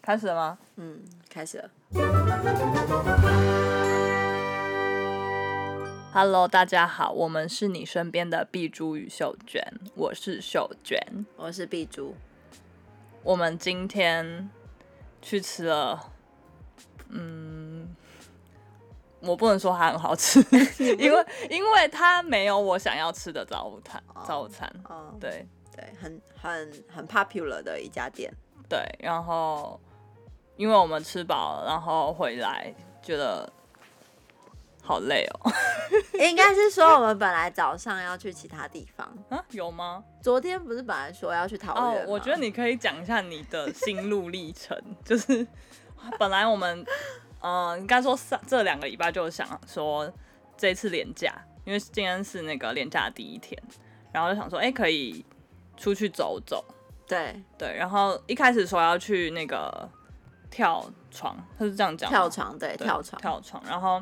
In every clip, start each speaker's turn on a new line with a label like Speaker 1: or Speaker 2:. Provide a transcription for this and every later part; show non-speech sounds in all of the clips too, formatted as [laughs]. Speaker 1: 开始了吗？
Speaker 2: 嗯，开始了。
Speaker 1: Hello，大家好，我们是你身边的碧珠与秀娟，我是秀娟。
Speaker 2: 我是碧珠，
Speaker 1: 我们今天去吃了，嗯，我不能说它很好 [laughs] 吃，因为因为它没有我想要吃的早午餐，早午餐。
Speaker 2: 哦，
Speaker 1: 对
Speaker 2: 对，很很很 popular 的一家店， [laughs]
Speaker 1: 对，然后因为我们吃饱了，然后回来觉得好累哦。
Speaker 2: 应该是说我们本来早上要去其他地方，
Speaker 1: 啊，有吗？
Speaker 2: 昨天不是本来说要去桃
Speaker 1: 哦
Speaker 2: 园，吗
Speaker 1: 我觉得你可以讲一下你的心路历程，就是本来我们，呃，应该说上这两个礼拜就想说这次连假，因为今天是那个连假的第一天，然后就想说，哎、可以出去走走，
Speaker 2: 对
Speaker 1: 对，然后一开始说要去那个跳床，他是这样讲吗，
Speaker 2: 跳床，对
Speaker 1: 对
Speaker 2: 跳床，
Speaker 1: 跳床，然后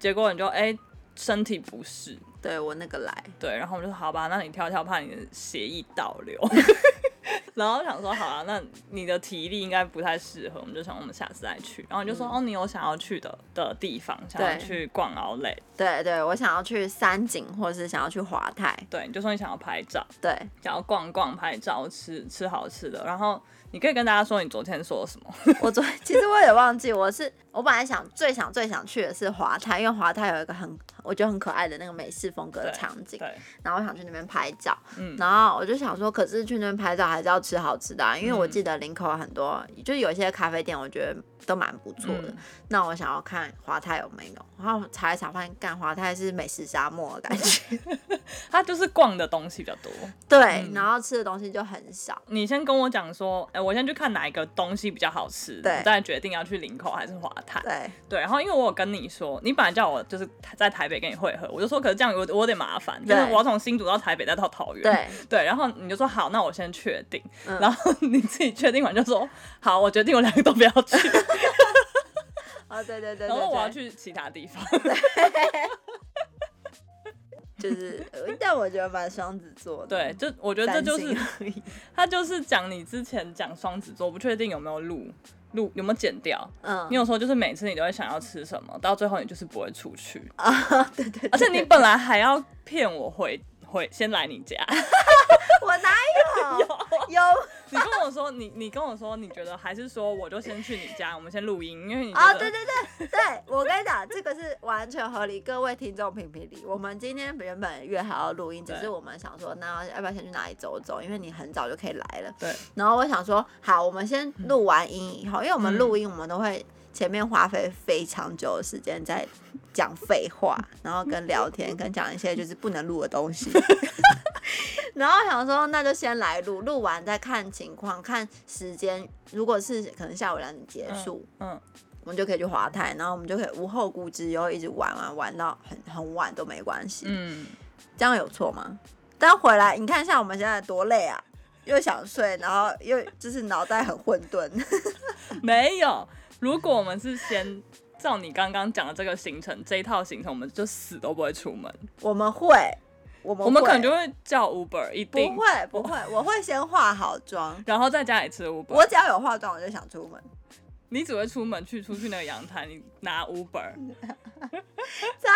Speaker 1: 结果你就哎、身体不适，
Speaker 2: 对我那个来，
Speaker 1: 对，然后我们就说好吧，那你跳一跳，怕你的血液倒流。 [laughs] 然后想说好啊，那你的体力应该不太适合，我们就想我们下次再去。然后你就说、哦，你有想要去的的地方，想要
Speaker 2: 嗯对
Speaker 1: 去逛奥莱，
Speaker 2: 对对，我想要去三井，或是想要去华泰，
Speaker 1: 对，你就说你想要拍照， [laughs]
Speaker 2: 对，
Speaker 1: 想要逛逛拍照，吃吃好吃的。然后你可以跟大家说你昨天说了什么，
Speaker 2: 我昨其实我也忘记，我是我本来想最想最想去的是华泰，因为华泰有一个很我觉得很可爱的那个美式风格的
Speaker 1: 对
Speaker 2: 场景，
Speaker 1: 对，
Speaker 2: 然后我想去那边拍照，
Speaker 1: 嗯
Speaker 2: 然后我就想说，可是去那边拍照还是要吃好吃的、啊，因为
Speaker 1: 嗯
Speaker 2: 我记得林口很多，就是有一些咖啡店，我觉得都蛮不错的。
Speaker 1: 嗯
Speaker 2: 那我想要看华泰有没有，然后查一查发现，干华泰是美食沙漠的感觉， [laughs]
Speaker 1: 他就是逛的东西比较多。
Speaker 2: 对，
Speaker 1: 嗯
Speaker 2: 然后吃的东西就很少。
Speaker 1: 你先跟我讲说，哎、我先去看哪一个东西比较好吃，
Speaker 2: 对
Speaker 1: 你再决定要去林口还是华泰。
Speaker 2: 对，
Speaker 1: 对，然后因为我有跟你说，你本来叫我就是在台北跟你会合，我就说可是这样我我有点麻烦，就是
Speaker 2: 对
Speaker 1: 我要从新竹到台北再到桃园。 [laughs]
Speaker 2: 对
Speaker 1: 然后你就说好，那我先确定，
Speaker 2: 嗯
Speaker 1: 然后你自己确定完就说好，我决定我两个都不要去，
Speaker 2: 哦，对对对对
Speaker 1: 然后我要
Speaker 2: 对
Speaker 1: 去其他地方。 [laughs]
Speaker 2: 就是，呃但我觉得蛮双子座的，
Speaker 1: 对，就我觉得这
Speaker 2: 三
Speaker 1: 就
Speaker 2: 星
Speaker 1: 是
Speaker 2: 而已，
Speaker 1: 他就是讲你之前讲双子座，不确定有没有录录有没有剪掉。
Speaker 2: 嗯
Speaker 1: 你，有时候就是每次你都会想要吃什么，到最后你就是不会出去，
Speaker 2: 啊对对对，
Speaker 1: 而且你本来还要骗我回回先来你家。
Speaker 2: 我哪
Speaker 1: [laughs]
Speaker 2: 有
Speaker 1: 啊
Speaker 2: 有
Speaker 1: 你跟我说，你你跟我说，你觉得还是说，我就先去你家，我们先录音，因为你觉 [laughs]
Speaker 2: [laughs] 啊、
Speaker 1: 得
Speaker 2: 对对对对，我跟你讲，这个是完全合理。各位听众评评理，我们今天原本约好要录音，只
Speaker 1: 对
Speaker 2: 是我们想说，那要不要先去哪里走走？因为你很早就可以来了。
Speaker 1: 对
Speaker 2: 然后我想说，好，我们先录完音以后，因为我们
Speaker 1: 嗯
Speaker 2: 录音，我们都会前面花费非常久的时间在讲废话，然后跟聊天，跟讲一些就是不能录的
Speaker 1: [laughs]
Speaker 2: 东西。然后想说，那就先来录，录完再看情况，看时间。如果是可能下午两点结束，
Speaker 1: 嗯，
Speaker 2: 我们就可以去华泰，然后我们就可以无后顾之忧，一直玩玩玩到很很晚都没关系。
Speaker 1: 嗯，
Speaker 2: 这样有错吗？但回来你看一下我们现在多累啊，又想睡，然后又就是脑袋很混沌。 [laughs]
Speaker 1: 没有。如果我们是先照你刚刚讲的这个行程，这一套行程，我们就死都不会出门，
Speaker 2: 我们会，我们
Speaker 1: 我们
Speaker 2: 会
Speaker 1: 可能就会叫 Uber，一定
Speaker 2: 不，会不会， [laughs] 我会先化好妆。
Speaker 1: 然后在家里吃 Uber。
Speaker 2: 我只要有化妆，我就想出门。
Speaker 1: 你只会出门去出去那个阳台，你拿 Uber。
Speaker 2: 才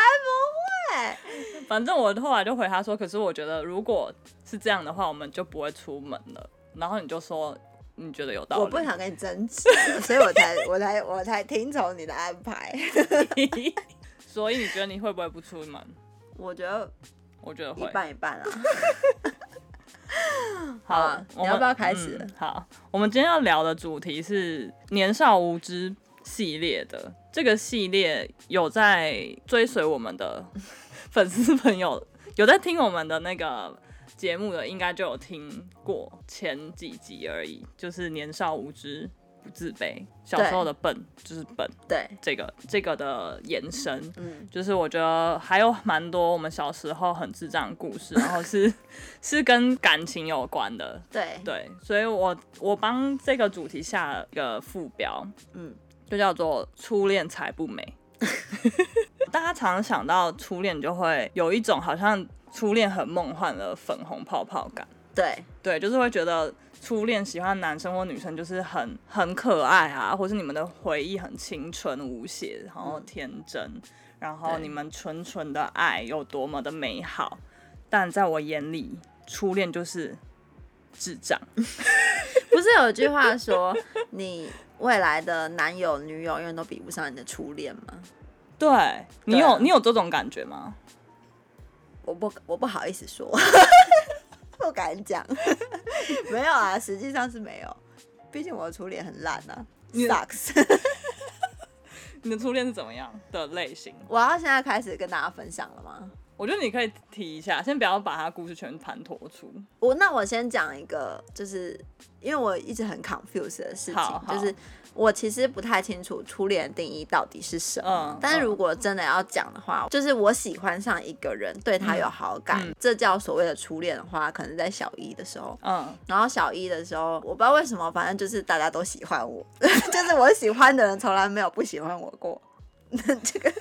Speaker 1: 反正我后来就回他说，可是我觉得如果是这样的话，我们就不会出门了。然后你就说，你觉得有道
Speaker 2: 不
Speaker 1: 理？
Speaker 2: 会，我不想跟你争执，所以我才 [laughs] 我才我才听从你的安排。 [laughs]
Speaker 1: [laughs] 所以你觉得你会不会不出门？
Speaker 2: 我觉得
Speaker 1: 我觉得
Speaker 2: 一
Speaker 1: 会。
Speaker 2: 半一半啊。
Speaker 1: 好，
Speaker 2: 好
Speaker 1: 我
Speaker 2: 你
Speaker 1: 们
Speaker 2: 要不要开始
Speaker 1: 嗯好，我们今天要聊的主题是年少无知系列的。这个系列有在追随我们的 [laughs] 粉丝朋友，有在听我们的那个节目的，应该就有听过前几集而已。就是年少无知不自卑，小时候的笨就是笨，
Speaker 2: 对，
Speaker 1: 这个这个的延伸。
Speaker 2: 嗯，
Speaker 1: 就是我觉得还有蛮多我们小时候很智障的故事，然后是是跟感情有关的，
Speaker 2: 对，
Speaker 1: 对，所以我我帮这个主题下了一个副标，
Speaker 2: 嗯，
Speaker 1: 就叫做“初恋才不美” 。大家常想到初恋，就会有一种好像初恋很梦幻的粉红泡泡感，
Speaker 2: 对，
Speaker 1: 对，就是会觉得初恋喜欢的男生或女生就是很很可爱啊，或是你们的回忆很清纯无邪，然后天真，然后
Speaker 2: 嗯对
Speaker 1: 你们纯纯的爱有多么的美好。但在我眼里，初恋就是智障。
Speaker 2: [laughs] 不是有一句话说， [laughs] 你未来的男友、女友永远都比不上你的初恋吗？
Speaker 1: 对你
Speaker 2: 对啊
Speaker 1: 有你有这种感觉吗？
Speaker 2: 我不我不好意思说， [laughs] 不敢讲， [laughs] 没有啊，实际上是没有，毕竟我的初恋很烂啊
Speaker 1: 你
Speaker 2: ，sucks。 [laughs]
Speaker 1: 你的初恋是怎么样的类型？
Speaker 2: 我要现在开始跟大家分享了吗？
Speaker 1: 我觉得你可以提一下，先不要把他故事全盘托出。
Speaker 2: 我那我先讲一个，就是因为我一直很 confused 的事情
Speaker 1: 好，好
Speaker 2: 就是我其实不太清楚初恋的定义到底是什么。
Speaker 1: 嗯
Speaker 2: 但是如果真的要讲的话，就是我喜欢上一个人，对他有好感，
Speaker 1: 嗯
Speaker 2: 这叫所谓的初恋的话，可能在小一的时候。
Speaker 1: 嗯，
Speaker 2: 然后小一的时候，我不知道为什么，反正就是大家都喜欢我， [laughs] 就是我喜欢的人从来没有不喜欢我过。 [laughs] 这个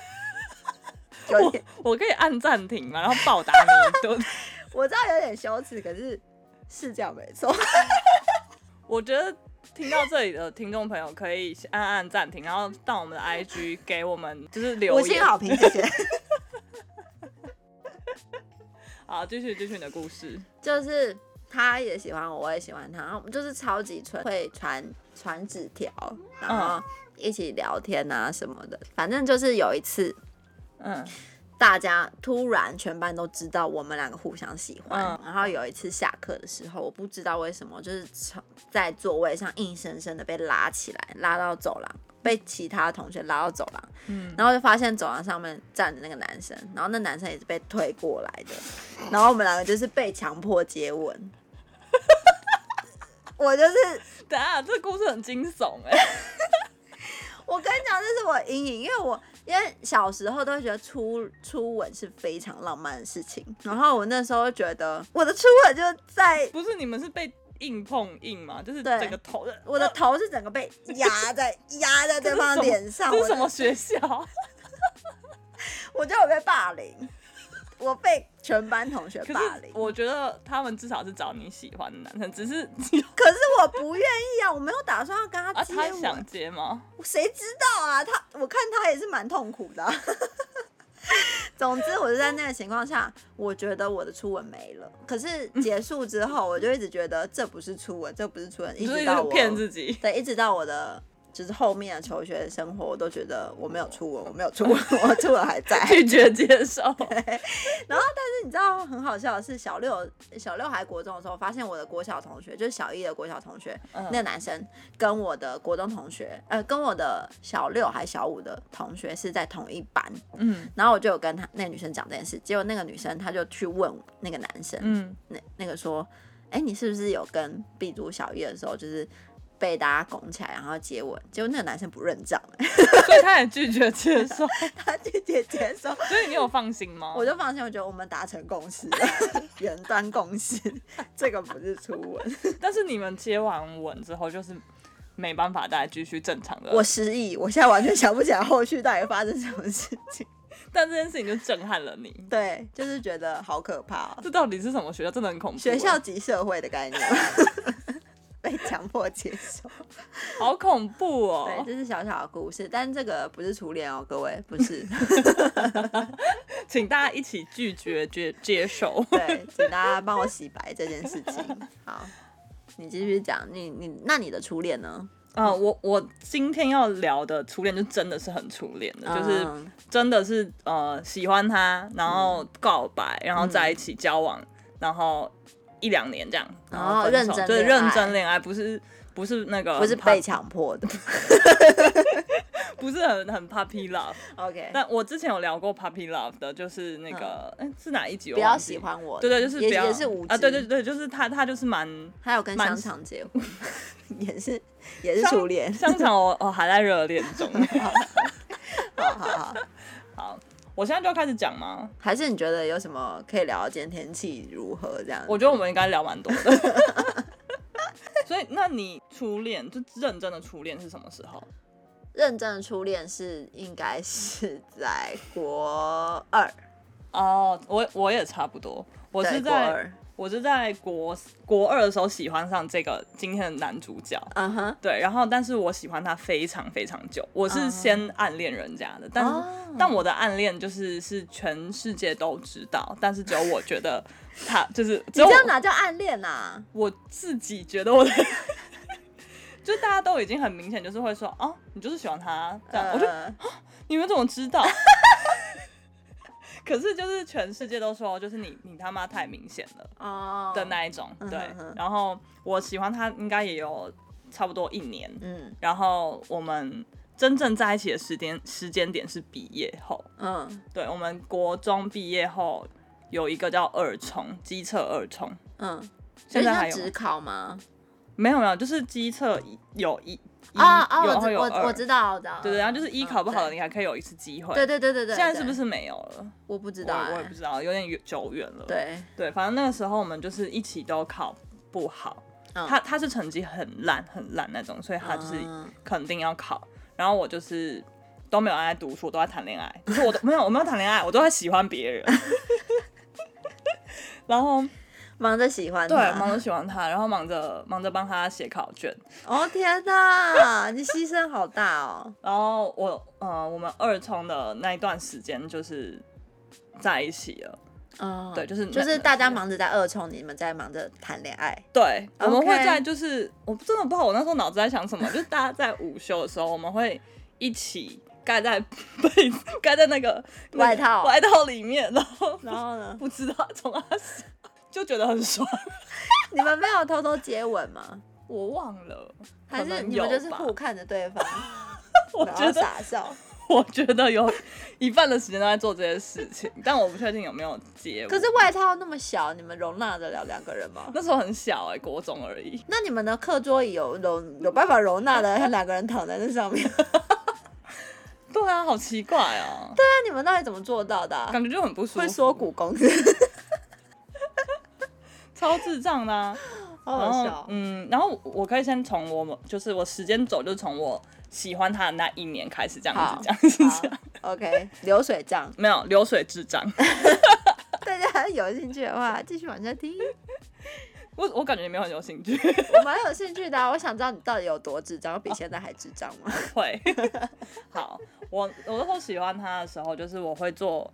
Speaker 2: 有点，
Speaker 1: 我可以按暂停嘛，然后暴打你 [laughs] 一顿。
Speaker 2: 我知道有点羞耻，可是是这样没错。
Speaker 1: 我觉得听到这里的听众朋友可以按按暂停，然后到我们
Speaker 2: [laughs]
Speaker 1: 的 IG 给我们就是留
Speaker 2: 五
Speaker 1: 言。
Speaker 2: 星好评，谢谢。
Speaker 1: 好，继续继续你的故事。
Speaker 2: 就是他也喜欢我，我也喜欢他，然后我们就是超级纯，会传传纸条，然后一起聊天啊什么的。反正就是有一次，
Speaker 1: 嗯
Speaker 2: 大家突然全班都知道我们两个互相喜欢，
Speaker 1: 嗯
Speaker 2: 然后有一次下课的时候，我不知道为什么，就是从在座位上硬生生的被拉起来，拉到走廊，被其他同学拉到走廊，
Speaker 1: 嗯，
Speaker 2: 然后就发现走廊上面站着那个男生，然后那男生也是被推过来
Speaker 1: [laughs]
Speaker 2: 的，然后我们两个就是被强迫接吻。 [laughs] 我就是，
Speaker 1: [laughs] 等一下这故事很惊悚哎、欸。
Speaker 2: 我跟你讲，这是我阴影，因为我因为小时候都会觉得初初吻是非常浪漫的事情，然后我那时候觉得我的初吻就在
Speaker 1: 不是你们是被硬碰硬嘛？就是
Speaker 2: 对
Speaker 1: 整个头的。
Speaker 2: 我的头是整个被压在压在对方的脸上，
Speaker 1: [laughs] 这
Speaker 2: 我
Speaker 1: 是什
Speaker 2: 的
Speaker 1: 么学
Speaker 2: [laughs]
Speaker 1: 校？
Speaker 2: 我觉得我被霸凌，我被全班同学
Speaker 1: 可
Speaker 2: 霸
Speaker 1: 是
Speaker 2: 凌。
Speaker 1: 我觉得他们至少是找你喜欢的男生，只是
Speaker 2: [laughs] 可是我不愿意啊，我没有打算要跟他
Speaker 1: 啊，
Speaker 2: 接
Speaker 1: 他
Speaker 2: 吻，
Speaker 1: 想接吗？
Speaker 2: 谁知道啊？他我看他也是蛮痛苦的啊、 [laughs] 总之，我就在那个情况下，我觉得我的初吻没了。可是结束之后，我就一直觉得这不是初吻，这不是初吻，一
Speaker 1: 你就是
Speaker 2: 直
Speaker 1: 一
Speaker 2: 到
Speaker 1: 直
Speaker 2: 我
Speaker 1: 骗自己。
Speaker 2: 对，一直到我的就是后面的求学生活，我都觉得我没有初吻，我没有初吻， [laughs] 我初吻还在。
Speaker 1: 拒绝接受，
Speaker 2: [laughs] 你知道很好笑的是，小六小六还国中的时候，发现我的国小同学，就是小一的国小同学，
Speaker 1: 嗯
Speaker 2: 那个男生跟我的国中同学，呃，跟我的小六还小五的同学是在同一班，
Speaker 1: 嗯
Speaker 2: 然后我就有跟他那个女生讲这件事，结果那个女生她就去问那个男生，
Speaker 1: 嗯，
Speaker 2: 那那个说，哎、你是不是有跟 B 组小一的时候就是被大家拱起来然后接吻？结果那个男生不认账、 [laughs]
Speaker 1: 所以他也拒绝接受，
Speaker 2: 他拒绝接受，
Speaker 1: 所以你有放心吗？
Speaker 2: 我就放心，我觉得我们达成共识了， [laughs] 远端共识，这个不是初吻。
Speaker 1: 但是你们接完吻之后，就是没办法再继续正常的。
Speaker 2: 我失忆，我现在完全想不起来后续到底发生什么事情。 [laughs]
Speaker 1: 但这件事情就震撼了你。
Speaker 2: 对，就是觉得好可怕、哦，
Speaker 1: 这到底是什么学校？真的很恐怖。欸
Speaker 2: 学校级社会的
Speaker 1: [laughs]
Speaker 2: 概念，被强迫接受。
Speaker 1: 好恐怖
Speaker 2: 对，
Speaker 1: 哦！
Speaker 2: 这是小小的故事，但这个不是初恋哦，各位，不
Speaker 1: [laughs]
Speaker 2: 是。
Speaker 1: 请大家一起拒绝接接 [laughs] 受。
Speaker 2: 对，请大家帮我洗白这件事情。好，你继续讲，你你那你的初恋呢？
Speaker 1: 啊、我我今天要聊的初恋就真的是很初恋的，就是
Speaker 2: 嗯
Speaker 1: 真的是呃喜欢他，然后告白，然后在一起交往，然后一两年这样，然后分手
Speaker 2: 认真
Speaker 1: 就是
Speaker 2: 恋爱
Speaker 1: 哦认真恋爱，不是不是那个
Speaker 2: 不是
Speaker 1: 很
Speaker 2: 被强
Speaker 1: [laughs]
Speaker 2: 迫的。
Speaker 1: 不是很很 puppy love。
Speaker 2: OK，
Speaker 1: 但我之前有聊过 puppy love 的，就是那个哎、是哪一集？
Speaker 2: 嗯不要喜。欢我的，
Speaker 1: 对对，就是
Speaker 2: 也
Speaker 1: 不要
Speaker 2: 也是无知
Speaker 1: 啊，对对，对，就是他他就是蛮
Speaker 2: 还有跟
Speaker 1: 蛮
Speaker 2: 香肠结婚， [laughs] 也是也是
Speaker 1: 香
Speaker 2: 初
Speaker 1: [laughs]
Speaker 2: 恋。
Speaker 1: 香肠我，我哦还在热恋中。
Speaker 2: [laughs] 好好好，
Speaker 1: 好，我现在就要开始讲吗？
Speaker 2: 还是你觉得有什么可以聊？今天天气如何？这样，
Speaker 1: 我觉得我们应该聊蛮多的。 [laughs] 所以，那你初恋就认真的初恋是什么时候？
Speaker 2: 认真的初恋是应该是在国二，
Speaker 1: 哦、我我也差不多，我
Speaker 2: 对
Speaker 1: 是
Speaker 2: 国
Speaker 1: 在
Speaker 2: 二，
Speaker 1: 我是在国国二的时候喜欢上这个今天的男主角，
Speaker 2: 嗯哼，
Speaker 1: 对，然后但是我喜欢他非常非常久，我是先暗恋人家的，但是、
Speaker 2: 嗯哦
Speaker 1: 但我的暗恋就是是全世界都知道，但是只有我觉得他就是只
Speaker 2: 你
Speaker 1: 有
Speaker 2: 这
Speaker 1: 我
Speaker 2: 样哪叫暗恋呐？
Speaker 1: 我自己觉得我的。 [laughs] 就大家都已经很明显，就是会说哦，你就是喜欢他这啊样，我就
Speaker 2: 呃
Speaker 1: 你们怎么知道？ [laughs] 可是就是全世界都说，就是你你他妈太明显了
Speaker 2: 哦
Speaker 1: 的那一种，
Speaker 2: 嗯
Speaker 1: 对
Speaker 2: 哼哼。
Speaker 1: 然后我喜欢他应该也有差不多一年，
Speaker 2: 嗯
Speaker 1: 然后我们真正在一起的时间时间点是毕业后，
Speaker 2: 嗯
Speaker 1: 对我们国中毕业后有一个叫二重机测二重，
Speaker 2: 嗯，所
Speaker 1: 现
Speaker 2: 以
Speaker 1: 在
Speaker 2: 他
Speaker 1: 还有
Speaker 2: 只
Speaker 1: 吗
Speaker 2: 考吗？
Speaker 1: 没有没有，就是机测一有一一
Speaker 2: 啊啊，
Speaker 1: 嗯有
Speaker 2: 我
Speaker 1: 后
Speaker 2: 知
Speaker 1: 有
Speaker 2: 我
Speaker 1: 二
Speaker 2: 我，知道，我知道。
Speaker 1: 对对，然后就是一
Speaker 2: 嗯
Speaker 1: 考不好，
Speaker 2: 对
Speaker 1: 你还可以有一次机会。
Speaker 2: 对对对对对，
Speaker 1: 现在是
Speaker 2: 对
Speaker 1: 不是没有了？
Speaker 2: 我不知
Speaker 1: 我
Speaker 2: 道
Speaker 1: 也我也
Speaker 2: 哎
Speaker 1: 不？知道，有点远久远了。
Speaker 2: 对，
Speaker 1: 对，反正那个时候我们就是一起都考不好，
Speaker 2: 嗯
Speaker 1: 他他是成绩很烂很烂那种，所以他就是
Speaker 2: 嗯
Speaker 1: 肯定要考。然后我就是都没有爱读书，我都在谈恋爱，就是我都没有我没有谈恋爱，我都在喜欢别人。 [laughs] 然后
Speaker 2: 忙着喜欢
Speaker 1: 对，
Speaker 2: 他
Speaker 1: 忙着喜欢他，然后忙着忙着帮他写考卷。
Speaker 2: 哦天 [laughs] 哪，你牺牲好大哦！
Speaker 1: 然后我呃，我们二冲的那一段时间就是在一起了。
Speaker 2: 嗯，
Speaker 1: 对就是
Speaker 2: 就
Speaker 1: 那
Speaker 2: 是大家
Speaker 1: 那
Speaker 2: 忙着在二冲，你们在忙着谈恋爱。
Speaker 1: 对，我们会
Speaker 2: OK
Speaker 1: 在就是我真的不知道我那时候脑子在想什么，就是大家在午休的时候，我们会一起盖在被子盖在那个那个
Speaker 2: 外
Speaker 1: [laughs]
Speaker 2: 套
Speaker 1: 外套里面，然后然后
Speaker 2: 后呢？
Speaker 1: 不知道从哪想 [laughs] 就觉得很爽，
Speaker 2: 你们没有偷偷接吻吗？
Speaker 1: 我忘了，
Speaker 2: 还
Speaker 1: 可
Speaker 2: 是
Speaker 1: 能
Speaker 2: 你们
Speaker 1: 有
Speaker 2: 就是
Speaker 1: 吧
Speaker 2: 互看着对 [laughs] 方，
Speaker 1: 我
Speaker 2: 然
Speaker 1: 觉
Speaker 2: 后
Speaker 1: 得
Speaker 2: 傻笑？
Speaker 1: [laughs] 我觉得有一半的时间都在做这些事情，但我不确定有没有结。
Speaker 2: 可是外套那么小，你们容纳得了两个人吗？
Speaker 1: 那时候很小哎、国中而已，
Speaker 2: [laughs] 那你们的课桌椅有容有办法容纳的两个人躺在那上面？
Speaker 1: 对啊，好奇怪啊，
Speaker 2: [laughs] 那你们到底怎么做到的啊、
Speaker 1: 感觉就很不舒服，
Speaker 2: 会缩骨功，
Speaker 1: 超智障的、啊。
Speaker 2: 好
Speaker 1: 然
Speaker 2: 好
Speaker 1: 后
Speaker 2: 笑哦。
Speaker 1: 嗯，然后我可以先从我们就是我时间走，就从我喜欢他的那一年开始，这样
Speaker 2: 好
Speaker 1: 子，这样子，
Speaker 2: 好
Speaker 1: 这样。，
Speaker 2: OK，流水账
Speaker 1: 没有流水智障，
Speaker 2: [laughs] 大家有兴趣的话继续往下听。
Speaker 1: [laughs] 我我感觉你没有很有兴趣，
Speaker 2: 我蛮有兴趣的啊、我想知道你到底有多智障，
Speaker 1: 哦
Speaker 2: 比现在还智障
Speaker 1: [laughs]
Speaker 2: 吗？
Speaker 1: 会。好，我我那时候喜欢他的时候，就是我会做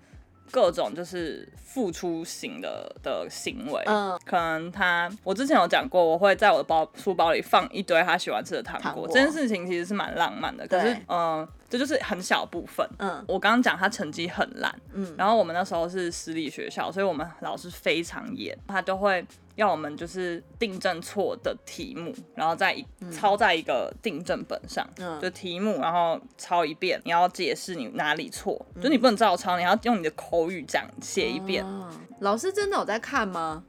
Speaker 1: 各种就是付出型的的行为，
Speaker 2: 嗯，
Speaker 1: 可能他，我之前有讲过，我会在我的包书包里放一堆他喜欢吃的糖
Speaker 2: 糖
Speaker 1: 果，
Speaker 2: 果
Speaker 1: 这件事情其实是蛮浪漫的。可
Speaker 2: 对
Speaker 1: 是，嗯、这就是很小部分。
Speaker 2: 嗯
Speaker 1: 我刚刚讲他成绩很烂，嗯，然后我们那时候是私立学校，所以我们老师非常严，他都会要我们就是订正错的题目，然后再一抄在一个订正本上，
Speaker 2: 嗯
Speaker 1: 就题目，然后抄一遍，你要解释你哪里错，就你不能照抄，你要用你的口语讲写一遍。
Speaker 2: 嗯哦老师真的有在看吗？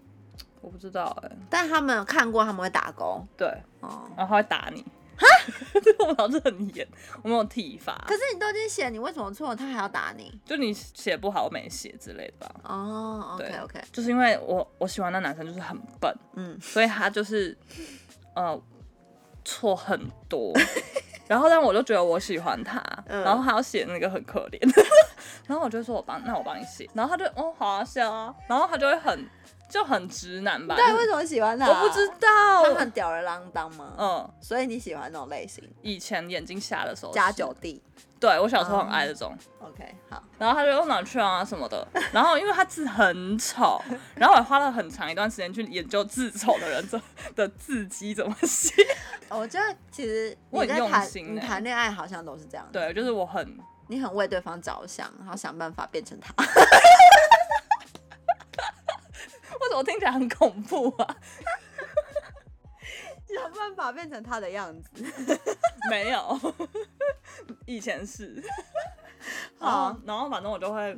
Speaker 1: 我不知道哎、
Speaker 2: 但他们有看过，他们会打勾
Speaker 1: 对，
Speaker 2: 哦。
Speaker 1: 然后他会打你。 [laughs] 哈，我们老师很严，我们有体罚
Speaker 2: 可，是你都已经写，你为什么错？他还要打你？
Speaker 1: 就你写不好我没写之类的吧。
Speaker 2: 哦
Speaker 1: 对啊
Speaker 2: ，OK OK，
Speaker 1: 就是因为我我喜欢的男生就是很笨，
Speaker 2: 嗯，
Speaker 1: 所以他就是呃错很
Speaker 2: [laughs]
Speaker 1: 多，然后但我就觉得我喜欢他，
Speaker 2: 嗯
Speaker 1: 然后他要写那个很可怜， [laughs] 然后我就说我帮，那我帮你写，然后他就哦好啊写啊，然后他就会很就很直男吧，
Speaker 2: 对，为什么喜欢他？
Speaker 1: 我不知，道，
Speaker 2: 他们很吊儿郎当吗？
Speaker 1: 嗯
Speaker 2: 所以你喜欢那种类型，
Speaker 1: 以前眼睛瞎的时候
Speaker 2: 加
Speaker 1: 是
Speaker 2: 九弟。
Speaker 1: 对我小时候很
Speaker 2: 哦
Speaker 1: 爱这种。
Speaker 2: OK，好，
Speaker 1: 然后他就用哪去啊什么的， [laughs] 然后因为他字很丑，然后我花了很长一段时间去研究字丑的人怎的字迹怎么写。 [laughs]
Speaker 2: 哦我觉得其实
Speaker 1: 我
Speaker 2: 你
Speaker 1: 很
Speaker 2: 在
Speaker 1: 用
Speaker 2: 谈
Speaker 1: 心
Speaker 2: 你
Speaker 1: 欸
Speaker 2: 谈恋爱好像都是这样，，
Speaker 1: 对，就是我很
Speaker 2: 你很为对方着想，然后想办法变
Speaker 1: [laughs]
Speaker 2: 成他。
Speaker 1: 为什么听起来很恐怖啊？ [laughs]
Speaker 2: 想办法变成他的样子。
Speaker 1: 没有， [laughs] 以前是。
Speaker 2: 好
Speaker 1: 好，然后反正我就会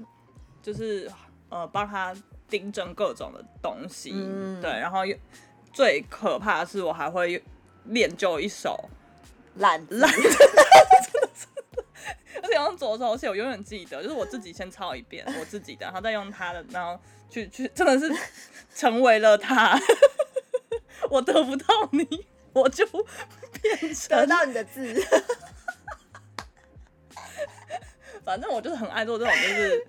Speaker 1: 就是呃帮他订正各种的东西，
Speaker 2: 嗯
Speaker 1: 对，然后又最可怕的是我还会练就一手
Speaker 2: 懒懒，
Speaker 1: 而且用左手写，我永远记得，就是我自己先抄一遍我自己的，然后再用他的，然后去去，真的是成为了他。 [laughs] 我得不到你，我就变
Speaker 2: 得
Speaker 1: 成，
Speaker 2: 到你的字，
Speaker 1: [laughs] 反正我就是很爱做这种，就是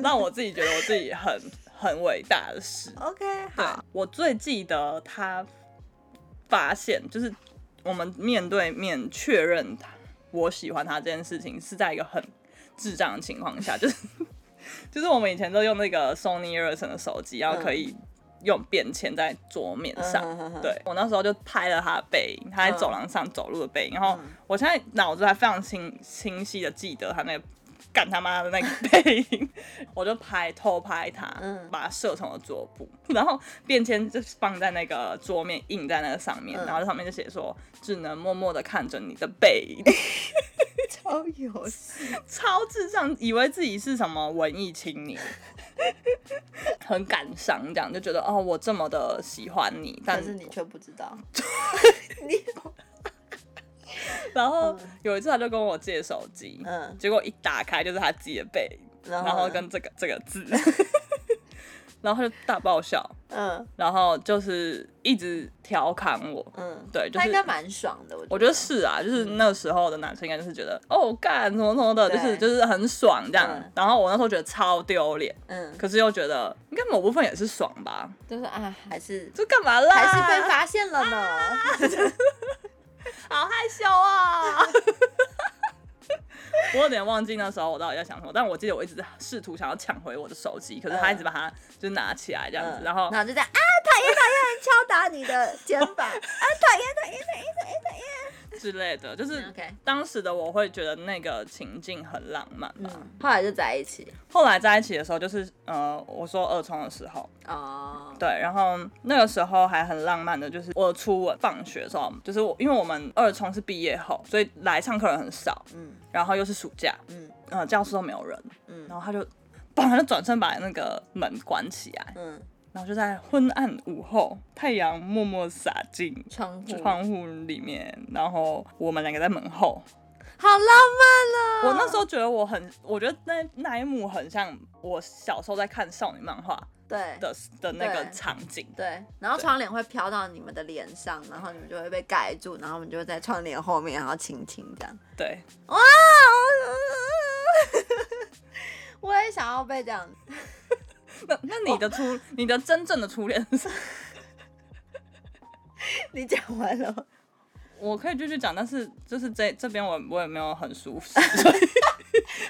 Speaker 1: 让我自己觉得我自己很很伟大的事。
Speaker 2: OK，
Speaker 1: 对
Speaker 2: 好，，
Speaker 1: 我最记得他发现，就是我们面对面确认他我喜欢他这件事情，是在一个很智障的情况下，就是就是我们以前都用那个 Sony Ericsson 的手机，然后可以用便签在桌面上。
Speaker 2: 嗯哼哼哼
Speaker 1: 对我那时候就拍了他的背影，他在走廊上走路的背影，然后
Speaker 2: 嗯
Speaker 1: 我现在脑子还非常清清晰的记得他那个 [laughs] 干他妈的那个背影，我就拍偷拍他，
Speaker 2: 嗯
Speaker 1: 把他射成了桌布，然后便签就放在那个桌面，印在那个上面，
Speaker 2: 嗯
Speaker 1: 然后上面就写说只能默默的看着你的背影， [laughs]
Speaker 2: 超有
Speaker 1: 超智障，以为自己是什么文艺青年， [laughs] 很感伤，这样就觉得哦，我这么的喜欢你，但
Speaker 2: 但是你却不知道，你
Speaker 1: 然后有一次他就跟我借手机，
Speaker 2: 嗯，
Speaker 1: 结果一打开就是他自己的背影，
Speaker 2: 然
Speaker 1: 然后
Speaker 2: 呢
Speaker 1: 跟这个这个字， [laughs] 然后他就大爆笑，
Speaker 2: 嗯
Speaker 1: 然后就是一直调侃我，
Speaker 2: 嗯，
Speaker 1: 对，就
Speaker 2: 他应
Speaker 1: 是
Speaker 2: 该。蛮爽的，
Speaker 1: 我
Speaker 2: 我
Speaker 1: 觉得是啊，就是那时候的男生应该就是觉得，哦干什么什么的，就
Speaker 2: 对
Speaker 1: 是就是很爽这样。
Speaker 2: 嗯
Speaker 1: 然后我那时候觉得超丢脸，
Speaker 2: 嗯，
Speaker 1: 可是又觉得应该某部分也是啊爽吧，
Speaker 2: 就是啊，还是
Speaker 1: 这干嘛啦？
Speaker 2: 还是被发现了呢，
Speaker 1: 啊好害羞啊、 [laughs] 我有点忘记那时候我到底在想什么，但我记得我一直试图想要抢回我的手机，可是他一直把它就拿起来这样子，
Speaker 2: 嗯
Speaker 1: 然后
Speaker 2: 然后就这样啊，讨厌讨厌，敲打你的肩
Speaker 1: [laughs]
Speaker 2: 膀，啊，讨厌讨厌讨厌讨厌讨厌。
Speaker 1: 之类的，就是
Speaker 2: 嗯，OK
Speaker 1: 当时的我会觉得那个情境很浪漫吧。
Speaker 2: 嗯，后来就在一起
Speaker 1: 后来在一起的时候，就是呃，我说二中的时候，
Speaker 2: 哦，
Speaker 1: 对，然后那个时候还很浪漫的，就是我初吻放学的时候，就是我因为我们二中是毕业后，所以来上课人很少，
Speaker 2: 嗯
Speaker 1: 然后又是暑假，
Speaker 2: 嗯
Speaker 1: 呃，教室都没有人，
Speaker 2: 嗯
Speaker 1: 然后他就，嘣，他就转身把那个门关起来，
Speaker 2: 嗯，
Speaker 1: 然后就在昏暗午后，太阳默默洒进
Speaker 2: 窗户
Speaker 1: 窗户里面，然后我们两个在门后。
Speaker 2: 好浪漫哦。
Speaker 1: 我那时候觉得我很，我觉得那那一幕很像我小时候在看少女漫画
Speaker 2: 对
Speaker 1: 的的那个
Speaker 2: 对
Speaker 1: 场景。
Speaker 2: 对，然后窗帘会飘到你们的脸上，然后你们就会被盖住，然后我们就会在窗帘后面，然后亲亲这样。
Speaker 1: 对，
Speaker 2: 哇！我也想要被这样。
Speaker 1: [laughs] 那那你的初，你的真正的初恋是？
Speaker 2: [laughs]
Speaker 1: [laughs]
Speaker 2: 你讲完了吗，
Speaker 1: 我可以继续讲，但是就是这这边我我也没有很舒 [laughs] 服，所以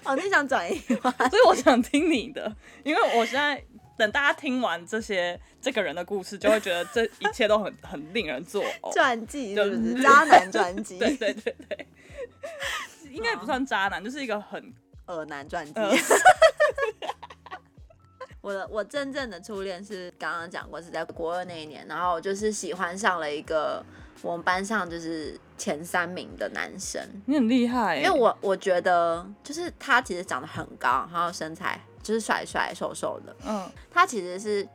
Speaker 2: 哦，你
Speaker 1: [laughs]
Speaker 2: 想转移吗？
Speaker 1: 所以我想听你的，因为我现在等大家听完这些这个人的故事，就会觉得这一切都很很令人作呕。
Speaker 2: 传记是不
Speaker 1: 就是
Speaker 2: 是？渣
Speaker 1: [laughs]
Speaker 2: 男传记，
Speaker 1: 对对对 [laughs] 对，应该也不算渣男，就是一个很
Speaker 2: 恶男传记。
Speaker 1: 呃，嗯
Speaker 2: [laughs] 我的我真正的初恋是刚刚讲过，是在国二那一年，然后我就是喜欢上了一个我们班上就是前三名的男生，
Speaker 1: 你很厉害欸、
Speaker 2: 因为我我觉得就是他其实长得很高，然后身材就是帅帅瘦瘦的，
Speaker 1: 嗯
Speaker 2: 他其实是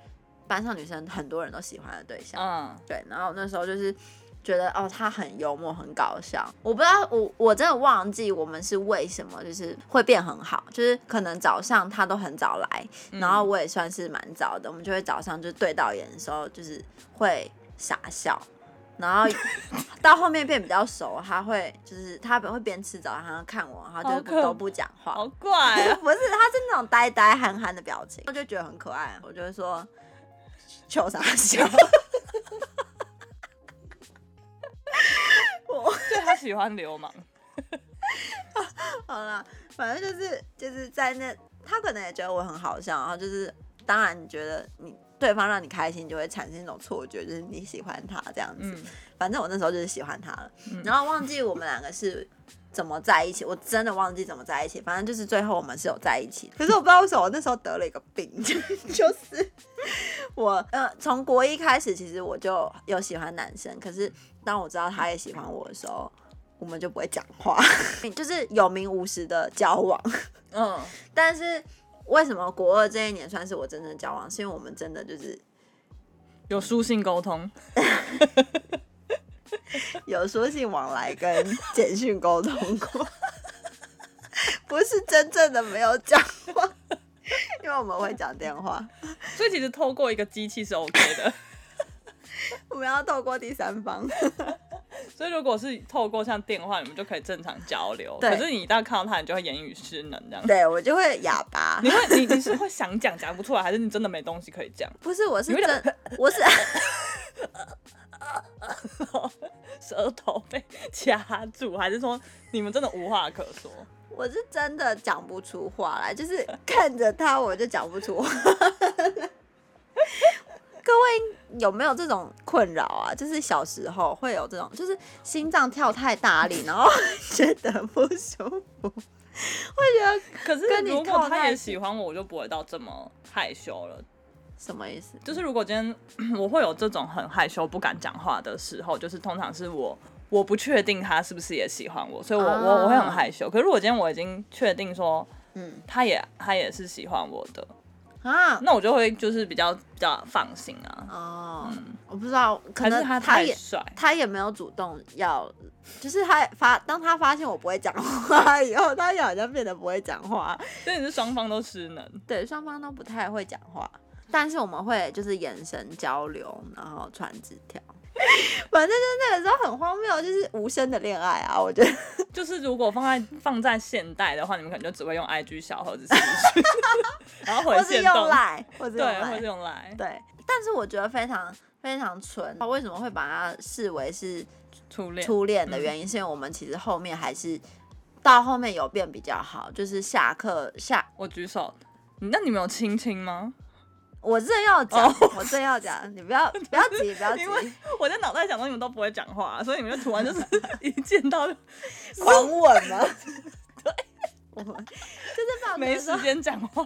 Speaker 2: 班上女生很多人都喜欢的对象。
Speaker 1: 嗯
Speaker 2: 对，然后那时候就是觉得哦，他很幽默，很搞笑。我不知道，我我真的忘记我们是为什么就是会变很好，就是可能早上他都很早来，然
Speaker 1: 嗯
Speaker 2: 后我也算是蛮早的，我们就会早上就对到眼的时候就是会傻笑。然
Speaker 1: [laughs]
Speaker 2: 后到后面变比较熟，他会就是他会边吃早餐然后看我，然后
Speaker 1: 好
Speaker 2: 就
Speaker 1: 可
Speaker 2: 不都不讲话，
Speaker 1: 好怪啊！
Speaker 2: [laughs]
Speaker 1: [laughs]
Speaker 2: 不是，他是那种呆呆憨憨的表情，我就觉得很可爱。我就会说，求啥笑？我
Speaker 1: 对他喜欢流氓，
Speaker 2: [laughs] 好了，反正就是就是在那，他可能也觉得我很好笑，然后就是当然你觉得你对方让你开心，就会产生一种错觉，就是你喜欢他这样子。
Speaker 1: 嗯，
Speaker 2: 反正我那时候就是喜欢他了，
Speaker 1: 嗯
Speaker 2: 然后忘记我们两个是怎么在一起，我真的忘记怎么在一起，反正就是最后我们是有在一起 [laughs] 的。可是我不知道为什么我那时候得了一个病，就是我呃从国一开始，其实我就有喜欢男生，可是当我知道他也喜欢我的时候。我们就不会讲话，就是有名无实的交往。 [laughs]
Speaker 1: 嗯，
Speaker 2: 但是为什么国二这一年算是我真正的交往？是因为我们真的就是
Speaker 1: 有书信沟通，
Speaker 2: 有书信往来跟简讯沟通过， [laughs] 不是真正的没有讲话，因为我们会讲电话，
Speaker 1: [laughs] 所以其实透过一个机器是 OK 的，
Speaker 2: 我们要透过第三方。
Speaker 1: 所以如果是透过像电话，你们就可以正常交流。
Speaker 2: 对
Speaker 1: 可是你一旦看到他，你就会言语失能这样。
Speaker 2: 对我就会哑巴
Speaker 1: 你。会你你是会想讲讲不出来，还是你真的没东西可以讲？
Speaker 2: 不是，我是
Speaker 1: 有一
Speaker 2: 真，我是
Speaker 1: 舌头被掐住，还是说你们真的无话可说？
Speaker 2: 我是真的讲不出话来，就是看着他我就讲不出话。各位有没有这种困扰啊？就是小时候会有这种，就是心脏跳太大力，然后 [laughs] 觉得不舒服，会觉得
Speaker 1: 可是
Speaker 2: 跟你
Speaker 1: 如果他
Speaker 2: 靠在
Speaker 1: 也
Speaker 2: 一
Speaker 1: 喜欢我，我就不会到这么害羞了。
Speaker 2: 什么意思？
Speaker 1: 就是如果今天我会有这种很害羞、不敢讲话的时候，就是通常是我我不确定他是不是也喜欢我，所以我、
Speaker 2: 啊
Speaker 1: 我我会很害羞。可是我今天我已经确定说
Speaker 2: 嗯
Speaker 1: 他也他也是喜欢我的，
Speaker 2: 啊，
Speaker 1: 那我就会就是比较比较放心啊。
Speaker 2: 哦，我不知道，可
Speaker 1: 还是
Speaker 2: 能
Speaker 1: 他
Speaker 2: 他
Speaker 1: 太
Speaker 2: 也
Speaker 1: 帅，
Speaker 2: 他也没有主动要，就是他发当他发现我不会讲话以后，他也好像变得不会讲话。
Speaker 1: 所以是双方都失能。
Speaker 2: 对，双方都不太会讲话，但是我们会就是眼神交流，然后传纸条。 [laughs] 反正就是那个时候很荒谬，就是无声的恋爱啊，我觉得
Speaker 1: 就是如果放在放在现代的话，你们可能就只会用 IG 小盒子私讯， [laughs] 然后回
Speaker 2: 或是
Speaker 1: 线
Speaker 2: 用
Speaker 1: 动，
Speaker 2: 赖，或是用
Speaker 1: 对，或
Speaker 2: 赖
Speaker 1: 是，用来
Speaker 2: 对。但是我觉得非常非常纯，为什么会把它视为是
Speaker 1: 初恋。
Speaker 2: 初恋的原因，是因为我们其实后面还是到后面有变比较好，就是下课下
Speaker 1: 我举手，那你们有亲亲吗？ [laughs]
Speaker 2: 我正要讲我正要讲，你不要不要急，不要急
Speaker 1: 哦因，为我在脑袋想说你们都不会讲话，啊所以你们就突然就是 [laughs] 一见到
Speaker 2: [laughs]
Speaker 1: 就
Speaker 2: 哦狂吻吗？ [laughs] 对，我就是放
Speaker 1: 没时间讲话，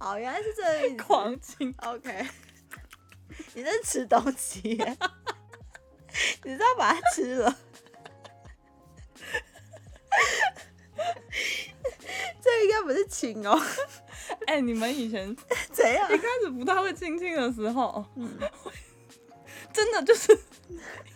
Speaker 2: 哦，原来是这个意思。
Speaker 1: 狂亲。
Speaker 2: OK，你在吃东西 [laughs] 耶，你知道把它吃了。这应该不是亲哦，
Speaker 1: 哎、你们以前一
Speaker 2: [laughs] 怎样？
Speaker 1: 开始不太会亲亲的时候，
Speaker 2: 嗯
Speaker 1: [laughs] 真的就是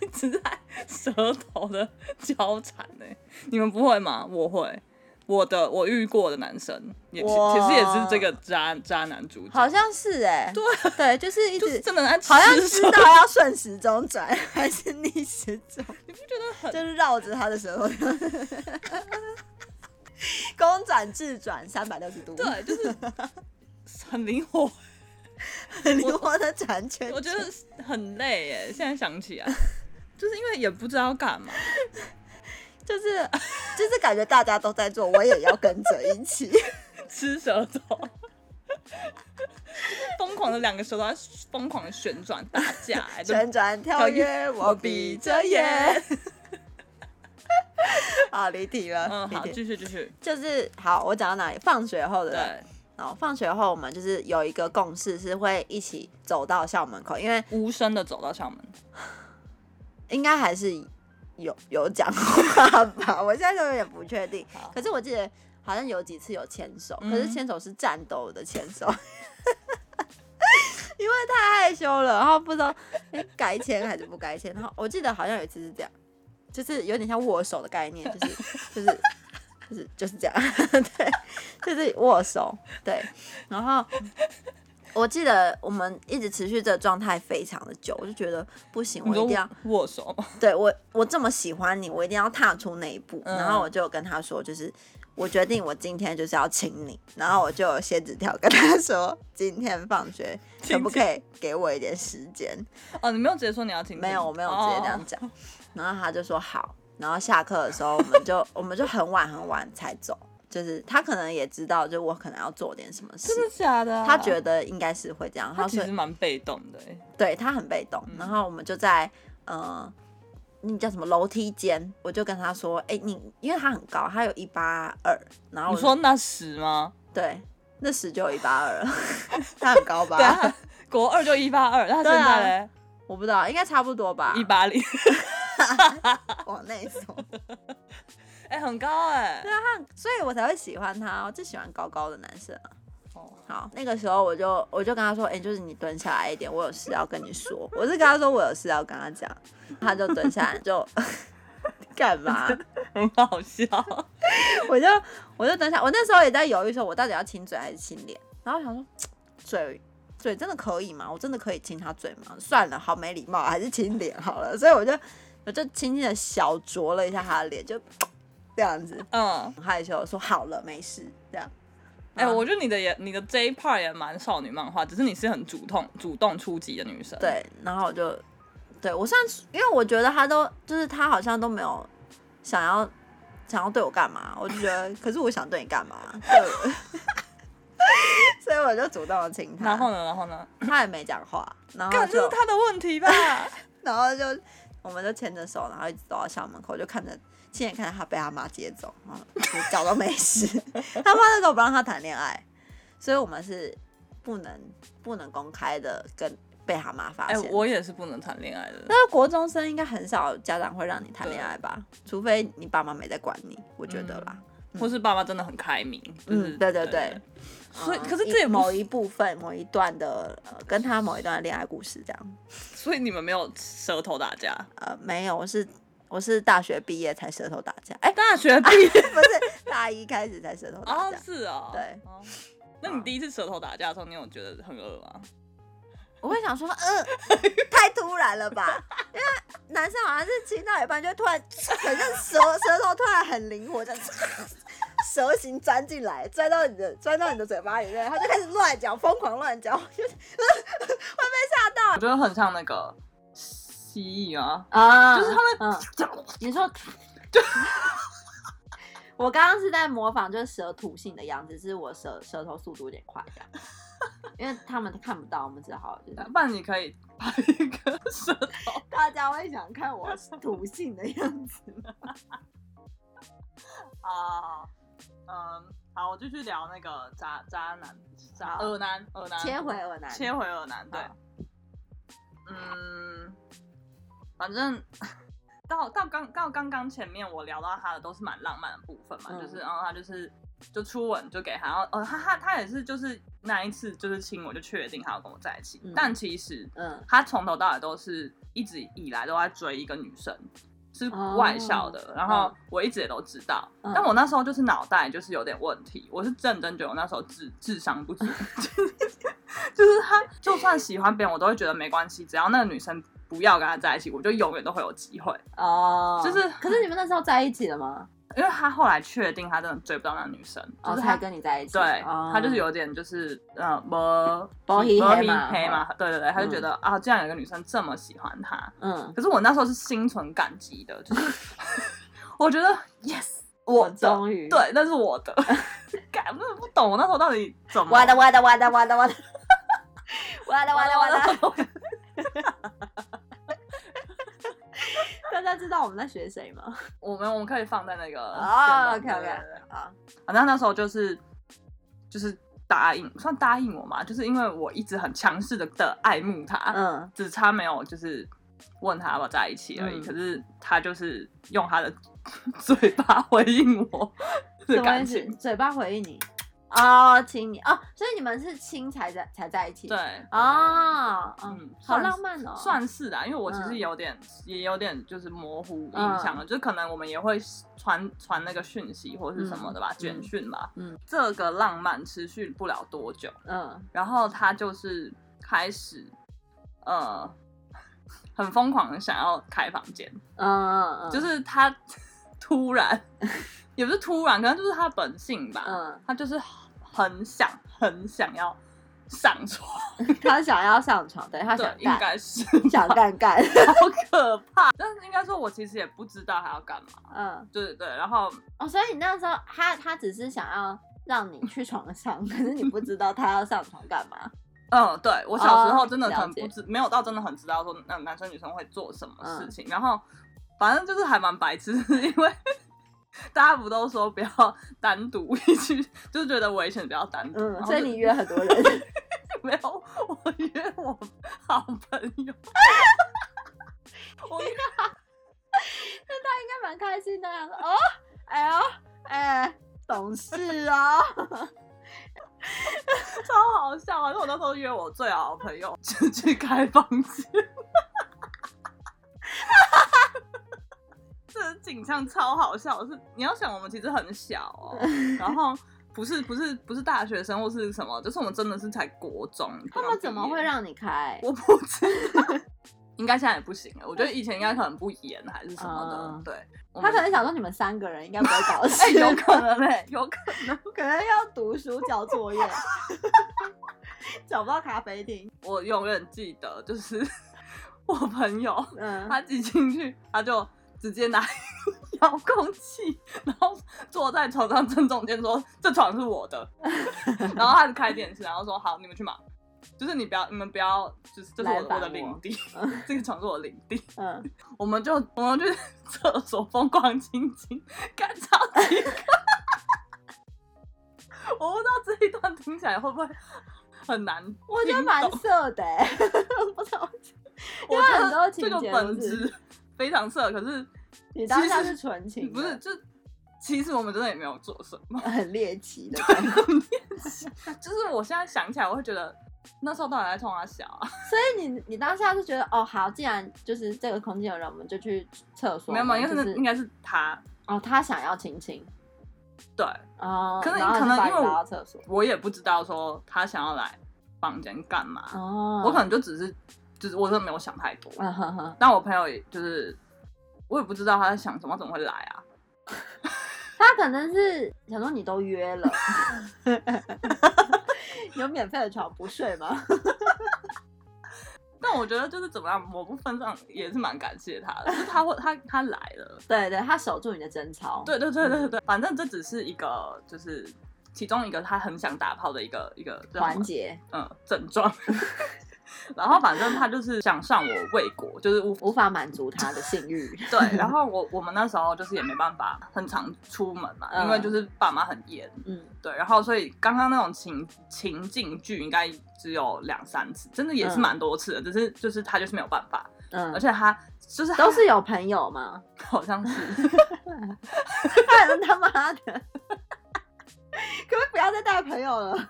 Speaker 1: 一直在舌头的交缠呢、你们不会吗？我会。我的我遇过的男生也其
Speaker 2: 哇
Speaker 1: 其实也是这个渣渣男主角，
Speaker 2: 好像是哎，对对，就是一
Speaker 1: 就是
Speaker 2: 直
Speaker 1: 真的在
Speaker 2: 好像
Speaker 1: 吃
Speaker 2: 知
Speaker 1: 手
Speaker 2: 道要顺时钟转还是逆时钟，
Speaker 1: 很
Speaker 2: 就是绕着他的舌头，公转自转三百六十度， [laughs]
Speaker 1: 对，就是很灵活，
Speaker 2: 灵活的转圈
Speaker 1: 我觉得很累耶。现在想起来，就是因为也不知道干嘛，
Speaker 2: 就是就是感觉大家都在做，我也要跟着
Speaker 1: [laughs]
Speaker 2: 一起。
Speaker 1: 吃舌头， [laughs] 疯狂的两个舌头在疯狂的旋转打
Speaker 2: [laughs]
Speaker 1: 架，哎就
Speaker 2: 旋转跳跃，我闭着眼。 [laughs] 好，离题了，
Speaker 1: 嗯，
Speaker 2: 离
Speaker 1: 好，
Speaker 2: 题。
Speaker 1: 继续继续，
Speaker 2: 就是好，我讲到哪里？放学后的。
Speaker 1: 对，
Speaker 2: 然后放学后，我们就是有一个共识，是会一起走到校门口，因为
Speaker 1: 无声的走到校门，
Speaker 2: 应该还是有有讲话吧， [laughs] 我现在都有点不确定
Speaker 1: 好。
Speaker 2: 可是我记得好像有几次有牵手，
Speaker 1: 嗯
Speaker 2: 可是牵手是战斗的牵手， [laughs] 因为太害羞了，然后不知道、诶该牵还是不该牵。然后我记得好像有一次是这样，就是有点像握手的概念，
Speaker 1: [laughs]
Speaker 2: 就是就是。就是就是这样， [laughs] 对，就是握手，对。然后我记得我们一直持续这个状态非常的久，我就觉得不行，
Speaker 1: 你
Speaker 2: 我一
Speaker 1: 说
Speaker 2: 定要
Speaker 1: 握手吗？ [laughs]
Speaker 2: 对我，我这么喜欢你，我一定要踏出那一步。
Speaker 1: 嗯
Speaker 2: 然后我就跟他说，就是我决定我今天就是要亲你。然后我就有写纸条跟他说，今天放学
Speaker 1: 亲
Speaker 2: 可不可以给我一点时间？
Speaker 1: 哦，你没有直接说你要停，哦
Speaker 2: 没有，我没有直接这样讲。 [laughs] 然后他就说好。然后下课的时候，我们就我们就很晚很晚才走，就是他可能也知道，就我可能要做点什么事
Speaker 1: 真，的假的啊？
Speaker 2: 他觉得应该是会这样。然
Speaker 1: 他
Speaker 2: 后
Speaker 1: 其
Speaker 2: 所以
Speaker 1: 实蛮被动的，哎
Speaker 2: 对他很被动。
Speaker 1: 嗯
Speaker 2: 然后我们就在呃，那叫什么楼梯间，我就跟他说，哎、你因为他很高，他有一八二，然后
Speaker 1: 你
Speaker 2: 我就
Speaker 1: 说那时吗？
Speaker 2: 对，那时就有一八二了， [laughs] 他很高
Speaker 1: 对
Speaker 2: 吧？
Speaker 1: 啊， [laughs] 国二就一八二，那他
Speaker 2: 对
Speaker 1: 现
Speaker 2: 啊
Speaker 1: 在嘞
Speaker 2: 我不知道，应该差不多吧，
Speaker 1: 一八零，
Speaker 2: 往内缩，
Speaker 1: [laughs] 哎，很高哎。
Speaker 2: [laughs] 啊所以我才会喜欢他，哦我就喜欢高高的男生啊。
Speaker 1: 哦
Speaker 2: 好，那个时候我就我就跟他说，哎、就是你蹲下来一点，我有事要跟你说。我是跟他说我有事要跟他讲，他就蹲下来就 [laughs] 干嘛？
Speaker 1: 很好笑。
Speaker 2: 我就我就等一下，我那时候也在犹豫说，我到底要亲嘴还是亲脸。然后我想说，嘴嘴真的可以吗？我真的可以亲他嘴吗？算了，好没礼貌，还是亲脸好了。所以我就我就轻轻的小啄了一下他的脸，就这样子，
Speaker 1: 嗯，
Speaker 2: 很害羞地说好了，没事，这样。
Speaker 1: 哎、
Speaker 2: 啊
Speaker 1: 我觉得你的也你的这一 part 也蛮少女漫画，只是你是很主动主动出击的女生。，
Speaker 2: 对，然后我就对我算是，因为我觉得他都就是他好像都没有想要想要对我干嘛，我就觉得，可是我想对你干嘛？对 [laughs] 所以我就主动的亲他，
Speaker 1: 然后呢，然后呢，
Speaker 2: 他也没讲话，然后
Speaker 1: 干这
Speaker 2: 啊就是
Speaker 1: 他的问题
Speaker 2: [laughs]
Speaker 1: 吧？哎
Speaker 2: 然后就我们就牵着手，然后一直走到校门口，就看着亲眼看着他被他妈接走，然后就假装没事。 [laughs] 他妈那时候不让他谈恋爱，所以我们是不能不能公开的跟被他妈发
Speaker 1: 哎、
Speaker 2: 现。
Speaker 1: 我也是不能谈恋爱的。
Speaker 2: 那国中生应该很少家长会让你谈恋爱吧，除非你爸妈没在管你，我觉得啦。
Speaker 1: 或是爸爸真的很开明，就是、
Speaker 2: 嗯对对对
Speaker 1: 所以
Speaker 2: 嗯
Speaker 1: 可是这也
Speaker 2: 一
Speaker 1: 不
Speaker 2: 某一部分某一段的、呃、跟他某一段的恋爱故事这样。
Speaker 1: 所以你们没有舌头打架，
Speaker 2: 呃，没有，我是我是大学毕业才舌头打架， [laughs] 哎、
Speaker 1: 大学毕业
Speaker 2: 不是大一开始才舌头打
Speaker 1: 哦，
Speaker 2: 架。
Speaker 1: 是哦，
Speaker 2: 啊对
Speaker 1: 哦。那你第一次舌头打架的时候，你有觉得很饿吗？
Speaker 2: 我会想说，呃，太突然了吧？因为男生好像是亲到一半就突然，好像舌舌头突然很灵活，就 [laughs] 蛇形钻进来，钻到你的钻到你的嘴巴里面，他就开始乱嚼，疯狂乱嚼，就
Speaker 1: 我觉得很像那个蜥蜴啊，
Speaker 2: [laughs] 啊
Speaker 1: 就是他们
Speaker 2: 嗯，你说， [laughs] 我刚刚是在模仿就是蛇吐信的样子，只是我舌舌头速度有点快，这样，因为他们看不到，我们只好就是
Speaker 1: 不然你可以拍一个 [laughs] 舌头，
Speaker 2: 大家会想看我吐信的样子吗？
Speaker 1: 啊，嗯，好，我继续聊那个渣渣男、渣
Speaker 2: 好
Speaker 1: 恶男、恶男，
Speaker 2: 切回我男，
Speaker 1: 切回恶男，对
Speaker 2: 好，
Speaker 1: 嗯，反正到到刚到刚刚前面我聊到他的都是蛮浪漫的部分嘛，
Speaker 2: 嗯
Speaker 1: 就是然后他就是就初吻就给他，然后呃他他他也是就是那一次就是亲我就确定他要跟我在一起，
Speaker 2: 嗯
Speaker 1: 但其实
Speaker 2: 嗯
Speaker 1: 他从头到尾都是一直以来都在追一个女生，是
Speaker 2: 哦
Speaker 1: 外校的，然后我一直也都知道，
Speaker 2: 嗯
Speaker 1: 但我那时候就是脑袋就是有点问题，我是认真觉得我那时候智智商
Speaker 2: [laughs]
Speaker 1: 不足，就是就是他就算喜欢别人，我都会觉得没关系，只要那个女生不要跟他在一起，我就永远都会有机会，
Speaker 2: 哦，
Speaker 1: 就是
Speaker 2: 可是你们那时候在一起了吗？
Speaker 1: 因为他后来确定他真的追不到那个女生，就
Speaker 2: 哦，
Speaker 1: 是
Speaker 2: 才
Speaker 1: 他。
Speaker 2: 跟你在一起，
Speaker 1: 对、
Speaker 2: 哦
Speaker 1: 他就是有点就是呃，摸
Speaker 2: 没戏
Speaker 1: 没
Speaker 2: 黑嘛哦
Speaker 1: 戏黑嘛，对对对，他就觉得、啊，竟然有一个女生这么喜欢他，
Speaker 2: 嗯，
Speaker 1: 可是我那时候是心存感激的，就是 [laughs] 我觉得 yes，我
Speaker 2: 我
Speaker 1: 的，
Speaker 2: 终于
Speaker 1: 对，那是我的。 [laughs] 干，我真的不懂我那时候到底怎么。
Speaker 2: 哇的哇的哇的哇嗯的哇的哇的哇的哇的， [laughs]
Speaker 1: 的！ [laughs]
Speaker 2: 大家知道我们在学谁吗？
Speaker 1: 我们我们可以放在那个。
Speaker 2: 哦
Speaker 1: 对对
Speaker 2: OK，OK
Speaker 1: 对对对
Speaker 2: 好，
Speaker 1: 反正那时候就是就是答应，算答应我嘛，就是因为我一直很强势的的爱慕他，
Speaker 2: 嗯
Speaker 1: 只差没有就是问他要不要在一起而已。
Speaker 2: 嗯
Speaker 1: 可是他就是用他的 [laughs] 嘴巴回应我的
Speaker 2: 什么
Speaker 1: 感
Speaker 2: 意思
Speaker 1: 情，？
Speaker 2: 嘴巴回应你哦，亲你哦，所以你们是亲才在才在一起，
Speaker 1: 对。
Speaker 2: 哦，嗯
Speaker 1: 嗯，
Speaker 2: 好
Speaker 1: 算
Speaker 2: 浪漫哦，
Speaker 1: 算是啦、因为我其实
Speaker 2: 嗯
Speaker 1: 有点、也有点就是模糊印
Speaker 2: 嗯
Speaker 1: 象了，就可能我们也会传传那个讯息或是什么的吧，
Speaker 2: 嗯
Speaker 1: 简讯吧。
Speaker 2: 嗯嗯
Speaker 1: 这个浪漫持续不了多久，
Speaker 2: 嗯
Speaker 1: 然后他就是开始呃很疯狂的想要开房间，
Speaker 2: 嗯嗯，嗯
Speaker 1: 就是他 [laughs] 突然也不是突然，可能就是他本性吧，
Speaker 2: 嗯，
Speaker 1: 他就是很想很想要上床，
Speaker 2: [laughs] 他想要上床，对他
Speaker 1: 对，
Speaker 2: 想
Speaker 1: 应
Speaker 2: 干，
Speaker 1: 该是
Speaker 2: 想
Speaker 1: 吧
Speaker 2: 干 [laughs] 干，
Speaker 1: 好可怕。但是应该说，我其实也不知道他要干嘛。
Speaker 2: 嗯。
Speaker 1: 对对对，然后
Speaker 2: 哦，所以你那时候他他只是想要让你去床上， [laughs] 可是你不知道他要上床干嘛。
Speaker 1: 嗯，对我小时候
Speaker 2: 哦
Speaker 1: 真的很
Speaker 2: 了
Speaker 1: 不
Speaker 2: 解嗯
Speaker 1: 知，没有到真的很知道说那男生女生会做什么事情。然后反正就是还蛮白痴， [laughs] 因为大家不都说不要单独一起，就是觉得危险不要单独。然
Speaker 2: 嗯，
Speaker 1: 后
Speaker 2: 所以
Speaker 1: 就
Speaker 2: 你约很多 [laughs] 人，
Speaker 1: 没有，我约我好朋友。 [laughs] 我
Speaker 2: 应该蛮开心的。想说哦，哎呦，哎，懂事哦。
Speaker 1: 超好笑啊！就我那时候约我最好的朋友 [laughs] 就去开房间， [laughs] 这景象超好笑。是你要想，我们其实很小哦， [laughs] 然后不是不是不是大学生或是什么，就是我们真的是才国中。
Speaker 2: 他们怎么会？让你开？
Speaker 1: 我不知道。 [laughs] 应该现在也不行了。我觉 [laughs] 得以前应该可能不严还是什么的，
Speaker 2: 嗯
Speaker 1: 对。我
Speaker 2: [laughs] 他
Speaker 1: 们
Speaker 2: 可能想说你们三个人应该不会搞事，
Speaker 1: 哎、有可哦 [laughs] 能嘞、有可能。
Speaker 2: [laughs] 可能要读书交作业， [laughs] 找不到咖啡厅。
Speaker 1: 我永远记得，就是 [laughs] 我朋友
Speaker 2: 嗯，
Speaker 1: 他挤进去，他就直接拿遥控器，然后坐在床上正中间说：“这床是我的。” [laughs] 然后他就开电视，然后说：“好，你们去忙。”就是你不要，你们不要，就是这是
Speaker 2: 来
Speaker 1: 我的
Speaker 2: 烦
Speaker 1: 我的领
Speaker 2: 我
Speaker 1: 地， [laughs] 这个床是我的领地。
Speaker 2: 嗯，
Speaker 1: 我们就我们去厕所疯狂亲亲，干超级快。 [laughs] 我不知道这一段听起来会不会很难听懂，
Speaker 2: 我觉得蛮色的、欸， [laughs] 不知道。
Speaker 1: 我
Speaker 2: 因为
Speaker 1: 觉
Speaker 2: 很多
Speaker 1: 得
Speaker 2: 情
Speaker 1: 这个
Speaker 2: 节
Speaker 1: 本
Speaker 2: 都是
Speaker 1: 质非常色，可是
Speaker 2: 你当下
Speaker 1: 其实
Speaker 2: 是纯情的，
Speaker 1: 不是就其实我们真的也没有做什么，
Speaker 2: 很猎奇 [laughs] 的，
Speaker 1: 就是我现在想起来，我会觉得那时候到底在冲他小啊，
Speaker 2: 所以你你当下是觉得哦好，既然就是这个空间有人，我们就去厕所
Speaker 1: 没
Speaker 2: 嘛。
Speaker 1: 有没有，应
Speaker 2: 就
Speaker 1: 该是
Speaker 2: 是
Speaker 1: 应该是他，
Speaker 2: 哦，他想要亲亲
Speaker 1: 对
Speaker 2: 哦，
Speaker 1: 可能
Speaker 2: 然后
Speaker 1: 可能
Speaker 2: 就把
Speaker 1: 因
Speaker 2: 你
Speaker 1: 为
Speaker 2: 拉
Speaker 1: 我
Speaker 2: 到厕所
Speaker 1: 我也不知道说他想要来房间干嘛，
Speaker 2: 哦，
Speaker 1: 我可能就只是就是我真的没有想太多，
Speaker 2: 嗯哼哼，
Speaker 1: 但我朋友也就是，我也不知道他在想什么，怎么会来啊？
Speaker 2: 他可能是想说你都约了， [laughs] 有免费的床不睡吗？ [laughs]
Speaker 1: 但我觉得就是怎么样，某部分上也是蛮感谢他 [laughs] 的，就是他会他他来了，
Speaker 2: 对对，他守住你的贞操。
Speaker 1: 对对对对对，反正这只是一个就是其中一个他很想打炮的一个一个叫什么
Speaker 2: 环节
Speaker 1: 嗯症状。 [laughs] 然后反正他就是想上我未果，就是无
Speaker 2: 无法满足他的性欲。 [laughs]
Speaker 1: 对。然后我我们那时候就是也没办法，很常出门嘛，因为
Speaker 2: 嗯
Speaker 1: 就是爸妈很严，
Speaker 2: 嗯，
Speaker 1: 对，然后所以刚刚那种情情境剧应该只有两三次，真的也是
Speaker 2: 嗯
Speaker 1: 蛮多次的，只是就是他就是没有办法，而
Speaker 2: 嗯，
Speaker 1: 且他就是他
Speaker 2: 都是有朋友吗？
Speaker 1: [laughs] 好像是
Speaker 2: 看他妈的， [laughs] 可不可以不要再带朋友了？ [laughs]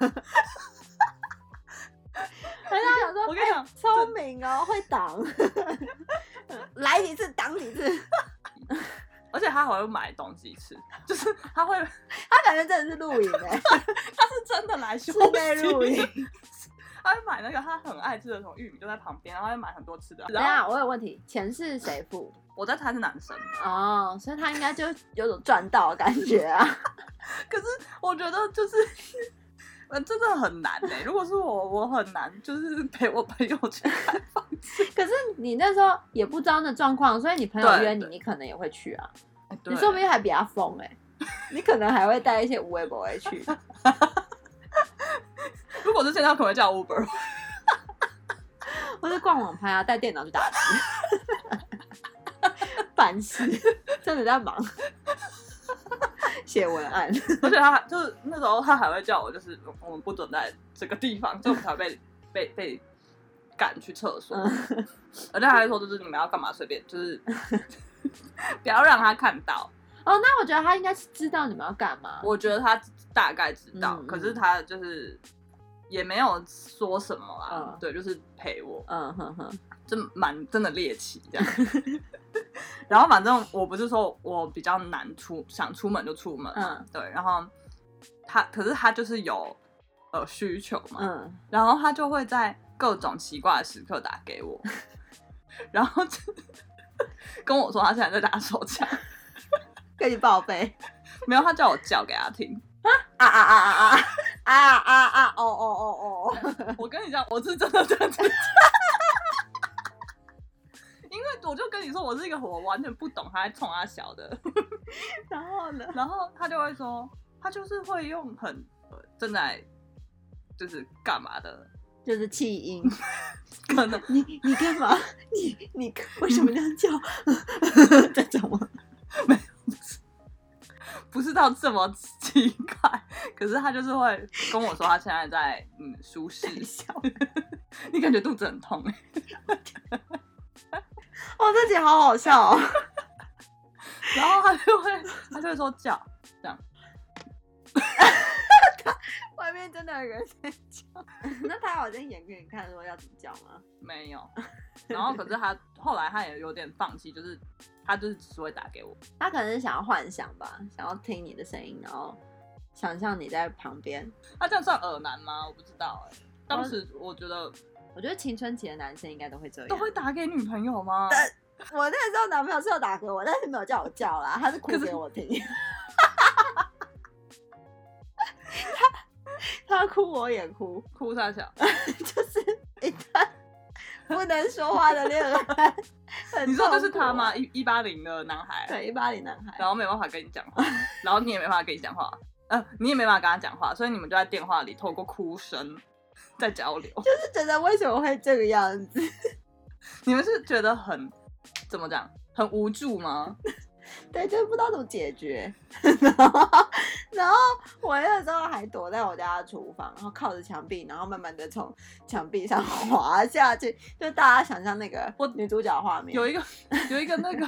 Speaker 2: 人家想说，
Speaker 1: 我跟你讲
Speaker 2: 哎聪明哦，会挡， [laughs] 来几次挡几次，
Speaker 1: 而且他还会买东西吃，就是他会他
Speaker 2: [laughs] 他感觉真的是露营
Speaker 1: [laughs]
Speaker 2: 哎、
Speaker 1: 是真的来休
Speaker 2: 室内露
Speaker 1: 息
Speaker 2: 营。
Speaker 1: [laughs] 他会买那个他很爱吃的什么玉米就在旁边，然后会买很多吃的。
Speaker 2: 等一
Speaker 1: 然后
Speaker 2: 下，我有问题，钱是谁付？
Speaker 1: 我在他是男生，
Speaker 2: 哦，所以他应该就有种赚到的感觉啊。 [laughs]
Speaker 1: 可是我觉得就是 [laughs] 呃真的很难哎、如果是我，我很难就是 [laughs] 陪我朋友去
Speaker 2: [laughs]
Speaker 1: 看房子。
Speaker 2: 可是你那时候也不知道那状况，所以你朋友
Speaker 1: 对
Speaker 2: 约你，
Speaker 1: 对
Speaker 2: 你可能也会去啊。
Speaker 1: 对
Speaker 2: 你说不定还比他疯哎、你可能还会带一些无微不微去。
Speaker 1: 如果是现在，我可能会叫 Uber。 [laughs]
Speaker 2: 或是逛网拍啊，带电脑去 [laughs] 打字，办事，真的在忙，写文案，
Speaker 1: 而且他就是那时候他还会叫我，就是我们不准在这个地方，就我们才被被被赶去厕所。
Speaker 2: 嗯，
Speaker 1: [laughs] 而且他还说，就是你们要干嘛随便，就是 [laughs] 不要让他看到。
Speaker 2: 哦，那我觉得他应该是知道你们要干嘛，
Speaker 1: 我觉得他大概知道，
Speaker 2: 嗯嗯
Speaker 1: 可是他就是也没有说什么啊。
Speaker 2: 嗯
Speaker 1: 对，就是陪我，
Speaker 2: 嗯哼哼，
Speaker 1: 就蛮真的猎奇这样。 [laughs] 然后反正我不是说我比较难出，想出门就出门嘛，
Speaker 2: 嗯
Speaker 1: 对。然后他，可是他就是有呃需求嘛，
Speaker 2: 嗯，
Speaker 1: 然后他就会在各种奇怪的时刻打给我， [laughs] 然后就跟我说他现在在打手枪，
Speaker 2: 跟你报备，
Speaker 1: 没有，他叫我叫给他听。
Speaker 2: 啊啊啊啊啊啊啊啊，哦哦哦哦，
Speaker 1: 我跟你讲，我是真的这样子讲。 [laughs] 因为我就跟你说，我是一个我完全不懂他在冲他小的，
Speaker 2: 然后呢？
Speaker 1: 然后他就会说，他就是会用很呃正在就是干嘛的，
Speaker 2: 就是气音，
Speaker 1: 可能
Speaker 2: 你你干嘛？你你为什么这样叫？ [laughs] 这种吗？
Speaker 1: 不是到这么奇怪，可是他就是会跟我说他现在在嗯舒适
Speaker 2: 一下，
Speaker 1: 你感觉肚子很痛，欸
Speaker 2: 哦，这集好好笑哦，
Speaker 1: 然后他就会他就会说叫，
Speaker 2: 外面真的有人在叫， [laughs] 那他好像演给你看说要怎么叫吗？
Speaker 1: 没有，然后可是他后来他也有点放弃，就是他就是只会打给我，
Speaker 2: 他可能是想要幻想吧，想要听你的声音，然后想象你在旁边。
Speaker 1: 欸
Speaker 2: 哦
Speaker 1: 他这样算耳男吗？我不知道哎、当时我觉得
Speaker 3: 我觉得青春期的男生应该都会这样，
Speaker 1: 都会打给女朋友吗？
Speaker 2: 我那时候男朋友是有打给我，但是没有叫我叫啦，他是哭给我听。 [laughs]
Speaker 3: 他哭我也哭，
Speaker 1: 哭大小，
Speaker 2: 就是一段不能说话的恋爱。很
Speaker 1: 你说
Speaker 2: 痛
Speaker 1: 就是
Speaker 2: 苦啊
Speaker 1: 他？吗？一一八零的男孩，
Speaker 2: 对，一八零男孩。
Speaker 1: 然后没办法跟你讲话，然后你也没办法跟你讲话，呃，你也没办法跟他讲话，所以你们就在电话里透过哭声在交流。
Speaker 2: 就是觉得为什么会这个样子？
Speaker 1: 你们是觉得很怎么讲，很无助吗？
Speaker 2: 对，就是不知道怎么解决。 [laughs] 然后，然后我那时候还躲在我家的厨房，然后靠着墙壁，然后慢慢的从墙壁上 [laughs] 滑下去，就大家想象那个
Speaker 1: 我
Speaker 2: 女主角的画面。
Speaker 1: 有一个有一个
Speaker 2: [laughs]
Speaker 1: 那个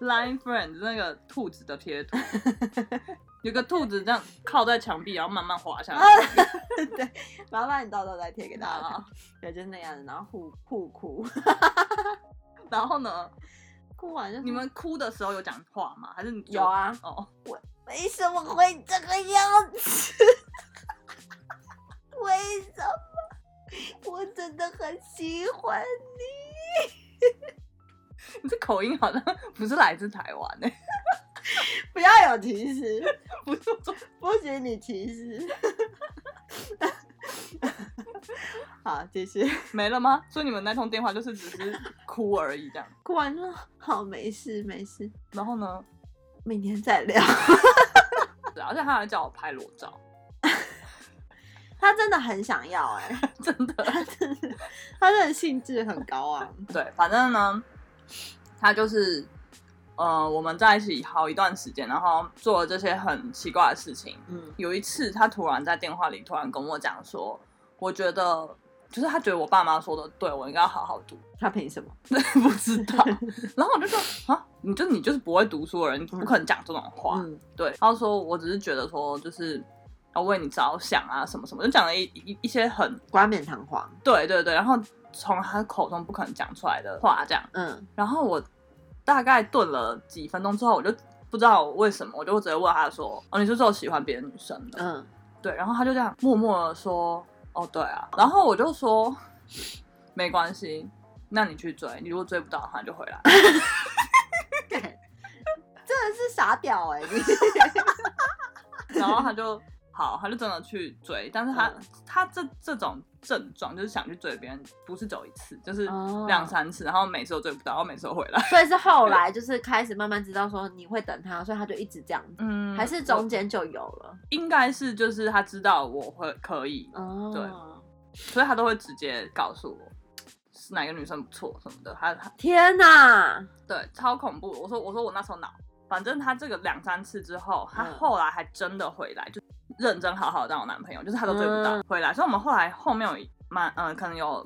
Speaker 1: Line Friend 那个兔子的贴
Speaker 2: [laughs]
Speaker 1: 图，有个兔子这样靠在墙壁，然后慢慢滑
Speaker 2: 啊
Speaker 1: 下来。
Speaker 2: 麻烦你到时候再贴给大家
Speaker 1: 然
Speaker 2: 看
Speaker 1: 后。
Speaker 2: 对，就是那样子，然后互互哭，
Speaker 1: 然后呢？
Speaker 2: 哭完就
Speaker 1: 你们哭的时候有讲话吗？还是你就
Speaker 2: 有？啊？
Speaker 1: 哦，[laughs]
Speaker 2: [laughs] 为什么会这个样子？ [laughs] 为什么？ [laughs] 我真的很喜欢你。
Speaker 1: 你这口音好像不是来自台湾诶、
Speaker 2: 不要有歧视，
Speaker 1: 不是我说
Speaker 2: [laughs] 不许你歧视。 [laughs] 好，继续。 [laughs]
Speaker 1: 没了吗？所以你们那通电话就是只是哭而已这样。
Speaker 2: 哭完了，好，没事没事，
Speaker 1: 然后呢？
Speaker 2: 明天再聊。 [laughs]
Speaker 1: 对，啊而且他还叫我拍裸照，
Speaker 2: 他真的很想要哎、
Speaker 1: 真的。
Speaker 2: 他真的兴致很高啊昂。
Speaker 1: 对，反正呢，他就是，呃，我们在一起好一段时间，然后做了这些很奇怪的事情。
Speaker 2: 嗯
Speaker 1: 有一次，他突然在电话里突然跟我讲说，我觉得就是他觉得我爸妈说的对，我应该好好读。 [laughs]
Speaker 2: 他凭什么？
Speaker 1: 对，不知道。然后我就说啊，你就你就是不会读书的人，你不可能讲这种话。
Speaker 2: 嗯，
Speaker 1: 对，他就说我只是觉得说就是要为你着想啊，什么什么，就讲了一一一些很
Speaker 2: 冠冕堂皇。
Speaker 1: 对对对，然后从他口中不可能讲出来的话这样。
Speaker 2: 嗯，
Speaker 1: 然后我大概顿了几分钟之后，我就不知道为什么，我就直接问他说：“哦，你是不是有喜欢别的女生的？”
Speaker 2: [laughs] 嗯，
Speaker 1: 对，然后他就这样默默的说：“哦，对啊。”然后我就说：“ [laughs] 没关系，那你去追，你如果追不到的话，你就回来。
Speaker 2: 真的是傻屌哎、你”
Speaker 1: 然后他就好，他就真的去追，但是他、
Speaker 2: 嗯
Speaker 1: 他这这种症状就是想去追别人，不是走一次，就是
Speaker 2: 哦
Speaker 1: 两三次，然后每次都追不到，然后每次都回来。
Speaker 2: [laughs] 所以是后来就是开始慢慢知道说你会等他，所以他就一直这样子， [laughs]
Speaker 1: 嗯
Speaker 2: 还是中间就有了
Speaker 1: 应该是就是他知道我会可以，
Speaker 2: 哦
Speaker 1: 所以他都会直接告诉我是哪个女生不错什么的。他他
Speaker 2: 天哪，
Speaker 1: 对超恐怖。我说我说我那时候脑，反正他这个两三次之后，他
Speaker 2: 嗯
Speaker 1: 后来还真的回来，就认真好好地当我男朋友，就是他都追不
Speaker 2: 嗯
Speaker 1: 到、回来。所以我们后来后面有一蛮嗯、呃，可能有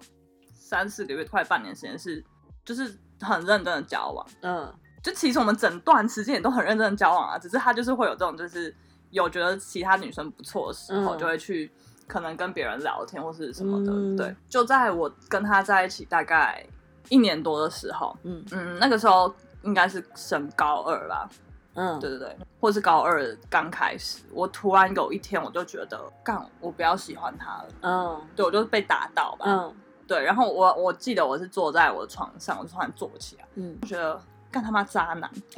Speaker 1: 三四个月，快半年时间是就是很认真的交往。
Speaker 2: 嗯，
Speaker 1: 就其实我们整段时间也都很认真的交往啊，只是他就是会有这种，就是有觉得其他女生不错的时候，
Speaker 2: 嗯
Speaker 1: 就会去可能跟别人聊天或是什么的。
Speaker 2: 嗯
Speaker 1: 对，就在我跟他在一起大概一年多的时候，
Speaker 2: 嗯
Speaker 1: 嗯，那个时候应该是升高二吧，
Speaker 2: 嗯，
Speaker 1: 对对对，或是高二刚开始，我突然有一天我就觉得，干，我不要喜欢他了，
Speaker 2: 嗯
Speaker 1: 对我就被打到吧，
Speaker 2: 嗯
Speaker 1: 对，然后我我记得我是坐在我的床上，我就突然坐起来，
Speaker 2: 嗯，
Speaker 1: 干他妈渣男。
Speaker 2: [laughs]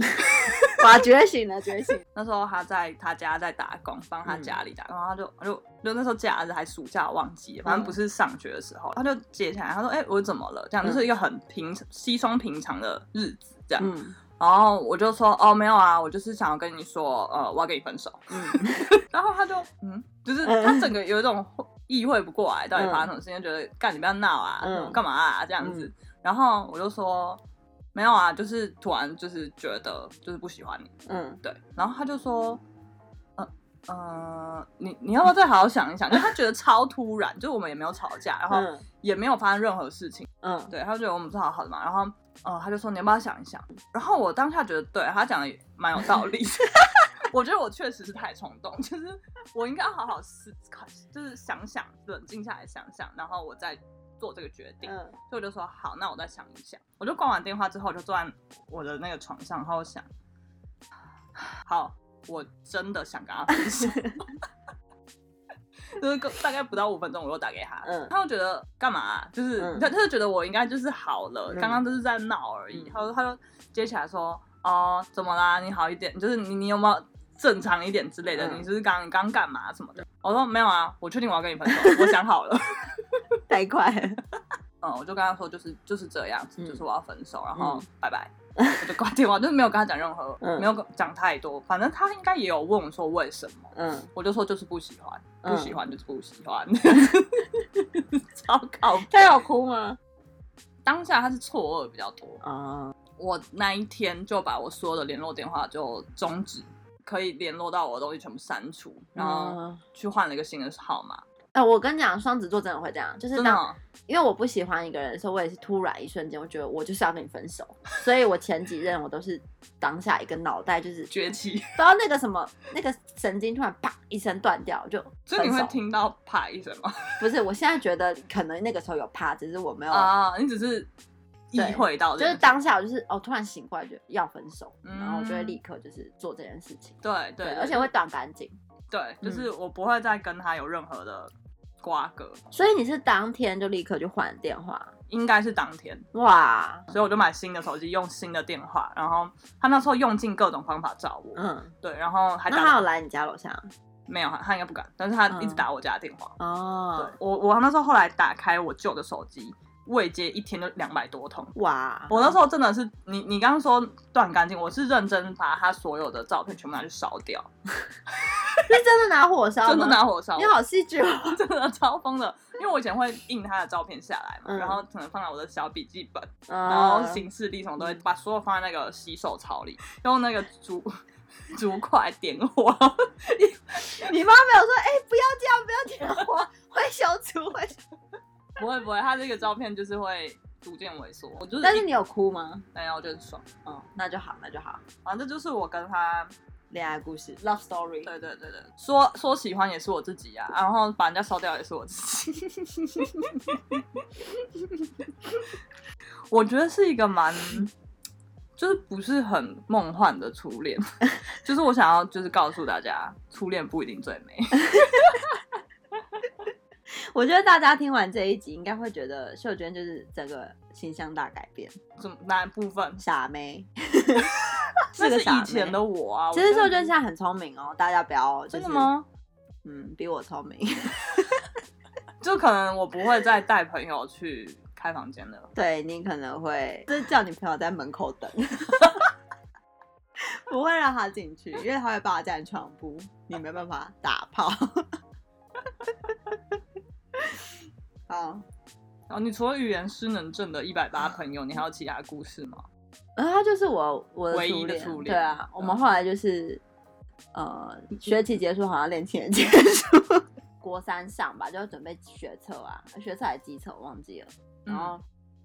Speaker 2: 哇，觉醒了，觉醒，
Speaker 1: 那时候他在他家在打工，帮他家里打工，然后他就我就就那时候假日还暑假忘记了，反
Speaker 2: 嗯
Speaker 1: 正不是上学的时候，他就接起来，他说：“哎、我怎么了？”这样
Speaker 2: 嗯
Speaker 1: 就是一个很平稀松平常的日子，这样。
Speaker 2: 嗯
Speaker 1: 然后我就说：“哦，没有啊，我就是想要跟你说，呃，我要跟你分手。
Speaker 2: 嗯，”
Speaker 1: 然后他就嗯，就是
Speaker 2: 嗯
Speaker 1: 他整个有一种意会不过来到底发生什么事情，就觉得干你不要闹啊，
Speaker 2: 嗯
Speaker 1: 干嘛啊这样子。然后我就说。没有啊，就是突然就是觉得就是不喜欢你，
Speaker 2: 嗯
Speaker 1: 对，然后他就说，呃呃，你你要不要再好好想一想？就他觉得超突然，就我们也没有吵架，然后
Speaker 2: 嗯
Speaker 1: 也没有发生任何事情，
Speaker 2: 嗯
Speaker 1: 对，他就觉得我们是好好的嘛，然后呃，他就说你要不要想一想？然后我当下觉得对他讲的也蛮有道理的。我觉得我确实是太冲动，就是我应该好好思考，就是想想，冷静下来想想，然后我再做这个决定。
Speaker 2: 嗯
Speaker 1: 所以我就说好，那我再想一想。我就挂完电话之后，我就坐在我的那个床上，然后想，好，我真的想跟他分手。 [laughs] 就是跟大概不到五分钟，我又打给他，
Speaker 2: 嗯
Speaker 1: 他就觉得干嘛啊、就是、
Speaker 2: 嗯
Speaker 1: 他他就觉得我应该就是好了，
Speaker 2: 嗯
Speaker 1: 刚刚就是在闹而已。
Speaker 2: 嗯
Speaker 1: 他说他就接起来说，哦，怎么啦？你好一点，就是你你有没有正常一点之类的？
Speaker 2: 嗯
Speaker 1: 你是不是刚刚干嘛啊什么的？我说没有啊，我确定我要跟你分手，我想好了。
Speaker 2: 太快了，
Speaker 1: 嗯，我就跟他说就是就是这样子，
Speaker 2: 嗯
Speaker 1: 就是我要分手，然后拜拜。我就挂电话，就是没有跟他讲任何，
Speaker 2: 嗯
Speaker 1: 没有跟讲太多。反正他应该也有问我说为什么，
Speaker 2: 嗯，
Speaker 1: 我就说就是不喜欢，
Speaker 2: 嗯
Speaker 1: 不
Speaker 2: [laughs]
Speaker 1: 喜欢就是不喜欢， [laughs] 超搞。
Speaker 2: 他有哭吗？
Speaker 1: 当下他是错愕比较多，
Speaker 2: 啊，
Speaker 1: 我那一天就把我所有的联络电话就终止，可以联络到我的东西全部删除，然后
Speaker 2: 嗯，
Speaker 1: 去换了一个新的号码。
Speaker 2: 哎，我跟你讲，双子座真的会这样，就是
Speaker 1: 真的
Speaker 2: 当
Speaker 1: 哦、
Speaker 2: 因为我不喜欢一个人的时候，我也是突然一瞬间，我觉得我就是要跟你分手，所以我前几任我都是当下一个脑袋就是
Speaker 1: 崛
Speaker 2: [laughs]
Speaker 1: 起，
Speaker 2: 然后那个什么，那个神经突然啪一声断掉，我就
Speaker 1: 所以你
Speaker 2: 分
Speaker 1: 会
Speaker 2: 手
Speaker 1: 听到啪一声吗？
Speaker 2: 不是，我现在觉得可能那个时候有啪，只是我没有，
Speaker 1: 啊，你只是意
Speaker 2: 哦对
Speaker 1: 会到
Speaker 2: 就
Speaker 1: 这
Speaker 2: 是
Speaker 1: 件事，
Speaker 2: 当下我就是哦，突然醒过来就要分手，
Speaker 1: 嗯
Speaker 2: 然后我就会立刻就是做这件事情，
Speaker 1: 对对，
Speaker 2: 而且会断干净。
Speaker 1: 对，就
Speaker 2: 嗯
Speaker 1: 是我不会再跟他有任何的瓜葛，
Speaker 2: 所以你是当天就立刻就换电话，
Speaker 1: 应该是当天，
Speaker 2: 哇，
Speaker 1: 所以我就买新的手机，用新的电话，然后他那时候用尽各种方法找我，
Speaker 2: 嗯，
Speaker 1: 对，然后还
Speaker 2: 那
Speaker 1: 打
Speaker 2: 他有来你家楼下
Speaker 1: 没有，他应该不敢，但是他一直
Speaker 2: 嗯
Speaker 1: 打我家的电话，对
Speaker 2: 哦，
Speaker 1: 我我那时候后来打开我旧的手机，未接一天就两百多通。
Speaker 2: 哇，
Speaker 1: 我那时候真的是你，你刚刚说断干净，我是认真把他所有的照片全部拿去烧掉，
Speaker 2: 是真的拿火烧吗，
Speaker 1: 真的拿火烧，
Speaker 2: 你好戏剧哦，
Speaker 1: [laughs] 真的超疯的。因为我以前会印他的照片下来嘛，
Speaker 2: 嗯
Speaker 1: 然后可能放在我的小笔记本，然
Speaker 2: 然
Speaker 1: 后哦行事历什么
Speaker 2: 嗯
Speaker 1: 都会把所有放在那个洗手槽里，用那个竹竹筷点火， [laughs]
Speaker 2: 你妈没有说，哎、不要这样，不要点火，会消除，会消除。
Speaker 1: 不会不会，他这个照片就是会逐渐萎缩。我就是
Speaker 2: 但是
Speaker 1: 一
Speaker 2: 你有哭吗？
Speaker 1: 没有，我就很爽。
Speaker 2: 哦，那就好，那就好。
Speaker 1: 反正这就是我跟他
Speaker 2: 恋爱故事，love story。
Speaker 1: 对对对对，说说喜欢也是我自己呀、然后把人家烧掉也是我自己。 [laughs] 我觉得是一个蛮，就是不是很梦幻的初恋， [laughs] 就是我想要就是告诉大家，初恋不一定最美。
Speaker 2: 我觉得大家听完这一集，应该会觉得秀娟就是整个形象大改变，
Speaker 1: 怎么哪部分？
Speaker 2: 傻妹，
Speaker 1: 那
Speaker 2: 个
Speaker 1: 是
Speaker 2: 傻
Speaker 1: 以前
Speaker 2: 妹
Speaker 1: 的。我啊。
Speaker 2: 其实
Speaker 1: 我
Speaker 2: 秀
Speaker 1: 觉得
Speaker 2: 娟现在很聪明哦，大家不要、就
Speaker 1: 真
Speaker 2: 是、
Speaker 1: 的？吗？
Speaker 2: 嗯，比我聪明。 [laughs]
Speaker 1: 就可能我不会再带朋友去开房间了。
Speaker 2: 对你可能会就是叫你朋友在门口等， [laughs] 不会让他进去，因为他会把他占床铺，你没办法打炮。 [laughs] 好，
Speaker 1: 然后哦你除了语言失能症的一百八朋友，你还有其他故事吗？
Speaker 2: 然后呃他就是我我的
Speaker 1: 唯一的初
Speaker 2: 初
Speaker 1: 恋
Speaker 2: 对啊，我们后来就是呃 [laughs] 学期结束，好像恋情也结束， [laughs] 国三上吧，就要准备学测啊，学测还是机测我忘记了，然后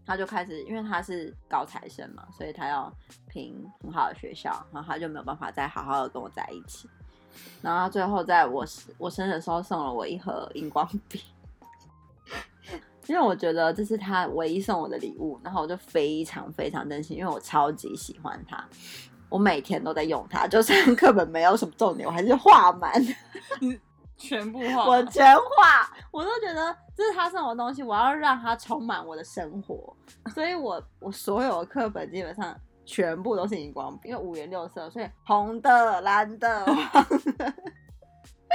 Speaker 2: 他就开始，因为他是高材生嘛，所以他要评很好的学校，然后他就没有办法再好好的跟我在一起，然后他最后在我生我生日的时候送了我一盒荧光笔。因为我觉得这是他唯一送我的礼物，然后我就非常非常珍惜，因为我超级喜欢它，我每天都在用它，就算 [laughs] 课本没有什么重点，我还是画满，
Speaker 1: 全部画
Speaker 2: 我全画，我都觉得这是他送我的东西，我要让它充满我的生活，所以我我所有的课本基本上全部都是荧光笔，因为五颜六色，所以红的、蓝的、黄的， [laughs]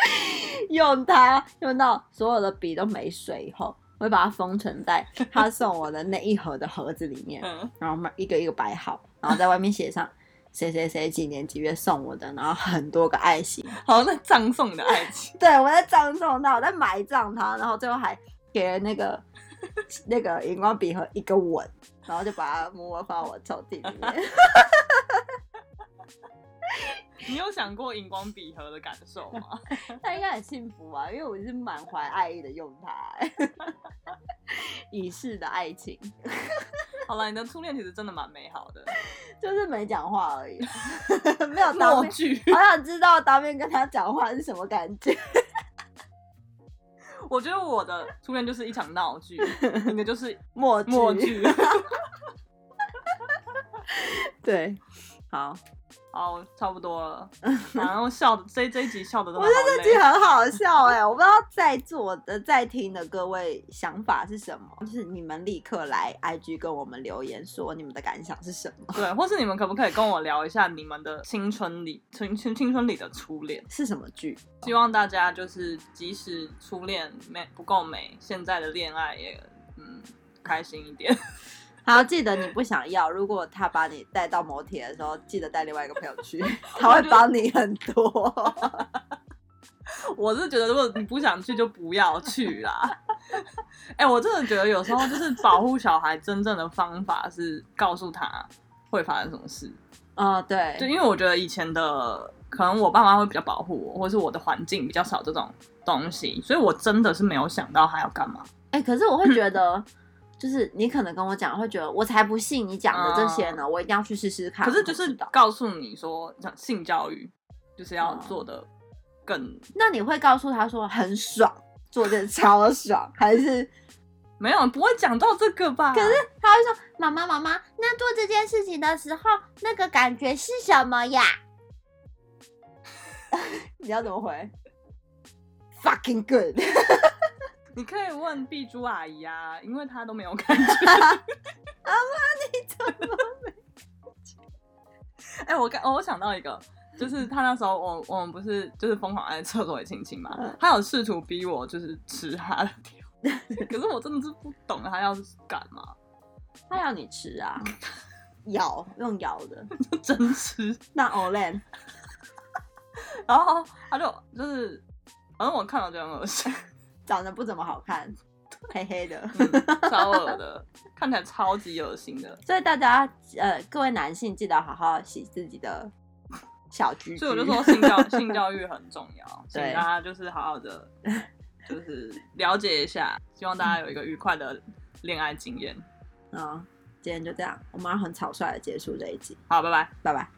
Speaker 2: 用它用到所有的笔都没水以后，我会把它封存在他送我的那一盒的盒子里面，
Speaker 1: 嗯，
Speaker 2: 然后我们一个一个摆好，然后在外面写上谁谁谁几年几月送我的，然后很多个爱心。。
Speaker 1: 好像在葬送的爱情
Speaker 2: 对，我在葬送他，我在埋葬他，然后最后还给了那个那个荧光笔盒一个吻，然后就把它摸放到我抽屉里面。
Speaker 1: 你有想过荧光笔盒的感受吗？
Speaker 2: 他应该很幸福啊，因为我是满怀爱意的用它、 [laughs] 以示的爱情，
Speaker 1: 好了，你的初恋其实真的蛮美好
Speaker 2: [laughs]
Speaker 1: 的，
Speaker 2: 就是没讲话而已，没有当
Speaker 1: 闹
Speaker 2: 面。
Speaker 1: 剧。 [laughs]
Speaker 2: 好想知道当面跟他讲话是什么感觉。
Speaker 1: 我觉得我的初恋就是一场闹
Speaker 2: [laughs]
Speaker 1: 剧，你的就是
Speaker 2: 默 [laughs]
Speaker 1: 默剧。
Speaker 2: 对，好，
Speaker 1: 哦，差不多
Speaker 2: [laughs]
Speaker 1: 了。然后笑的，这这一集笑的都
Speaker 2: 我
Speaker 1: 好
Speaker 2: 觉得这
Speaker 1: 累
Speaker 2: 集很好笑哎、我不知道在座的在听的各位想法是什么，就是你们立刻来 IG 跟我们留言说你们的感想是什么，
Speaker 1: 对，或是你们可不可以跟我聊一下你们的青春里青青青春里的初恋？
Speaker 2: 是什么剧？
Speaker 1: 希望大家就是即使初恋没不够美，现在的恋爱也嗯开心一点。 [laughs]
Speaker 2: 还要记得你不想要，如果他把你带到摩铁的时候，记得带另外一个朋友 [laughs] 去，他会帮你很多。
Speaker 1: 我是觉得，如果你不想去，就不要去啦。 [laughs] 哎、我真的觉得有时候就是保护小孩真正的方法是告诉他会发生什么事。
Speaker 2: [laughs] 哦，对，
Speaker 1: 就因为我觉得以前的可能我爸妈会比较保护我，或是我的环境比较少这种东西，所以我真的是没有想到还要干嘛。
Speaker 2: 哎、可是我会觉得，就是你可能跟我讲，会觉得我才不信你讲的这些呢，我一定要去试试看。
Speaker 1: 可是就
Speaker 2: 我
Speaker 1: 是
Speaker 2: 知道嗯
Speaker 1: 告诉你说，像性教育就是要做的更
Speaker 2: 那你会告诉他说很爽，做这超爽，还是
Speaker 1: 没有不会讲到这个吧？可是
Speaker 2: 他会说妈妈妈妈，那做这件事情的时候，那个感觉是什么呀？ [laughs] 你要怎么回？Fucking good，
Speaker 1: 你可以问碧珠阿姨啊，因为她都没有
Speaker 2: [laughs]
Speaker 1: 感觉。
Speaker 2: 啊
Speaker 1: [laughs] 哎、我刚、哦、我想到一个，就是他那时候我我们不是就是疯狂爱厕所里亲亲嘛
Speaker 2: 嗯，
Speaker 1: 他有试图逼我就是吃他的屌， [laughs] 可是我真的是不懂他要干嘛，
Speaker 2: [laughs]
Speaker 1: [laughs]
Speaker 2: 他要你吃啊， [laughs] 咬用咬 [laughs] 的，
Speaker 1: 就真吃。
Speaker 2: 那 [laughs] Olen
Speaker 1: 然后他就就是，反正我看了就很恶心，
Speaker 2: 长得不怎么好看，黑黑的。
Speaker 1: 嗯超恶的，看起来超级恶心的。
Speaker 2: 所以大家呃，各位男性记得好好洗自己的小居居。
Speaker 1: 所以我就说性教性教育很重要，请
Speaker 2: 嗯对
Speaker 1: 大家就是好好的，就是了解一下，希望大家有一个愉快的恋爱经验。
Speaker 2: 嗯，今天就这样，我们要很草率的结束这一集，
Speaker 1: 好，拜拜。
Speaker 2: 拜拜。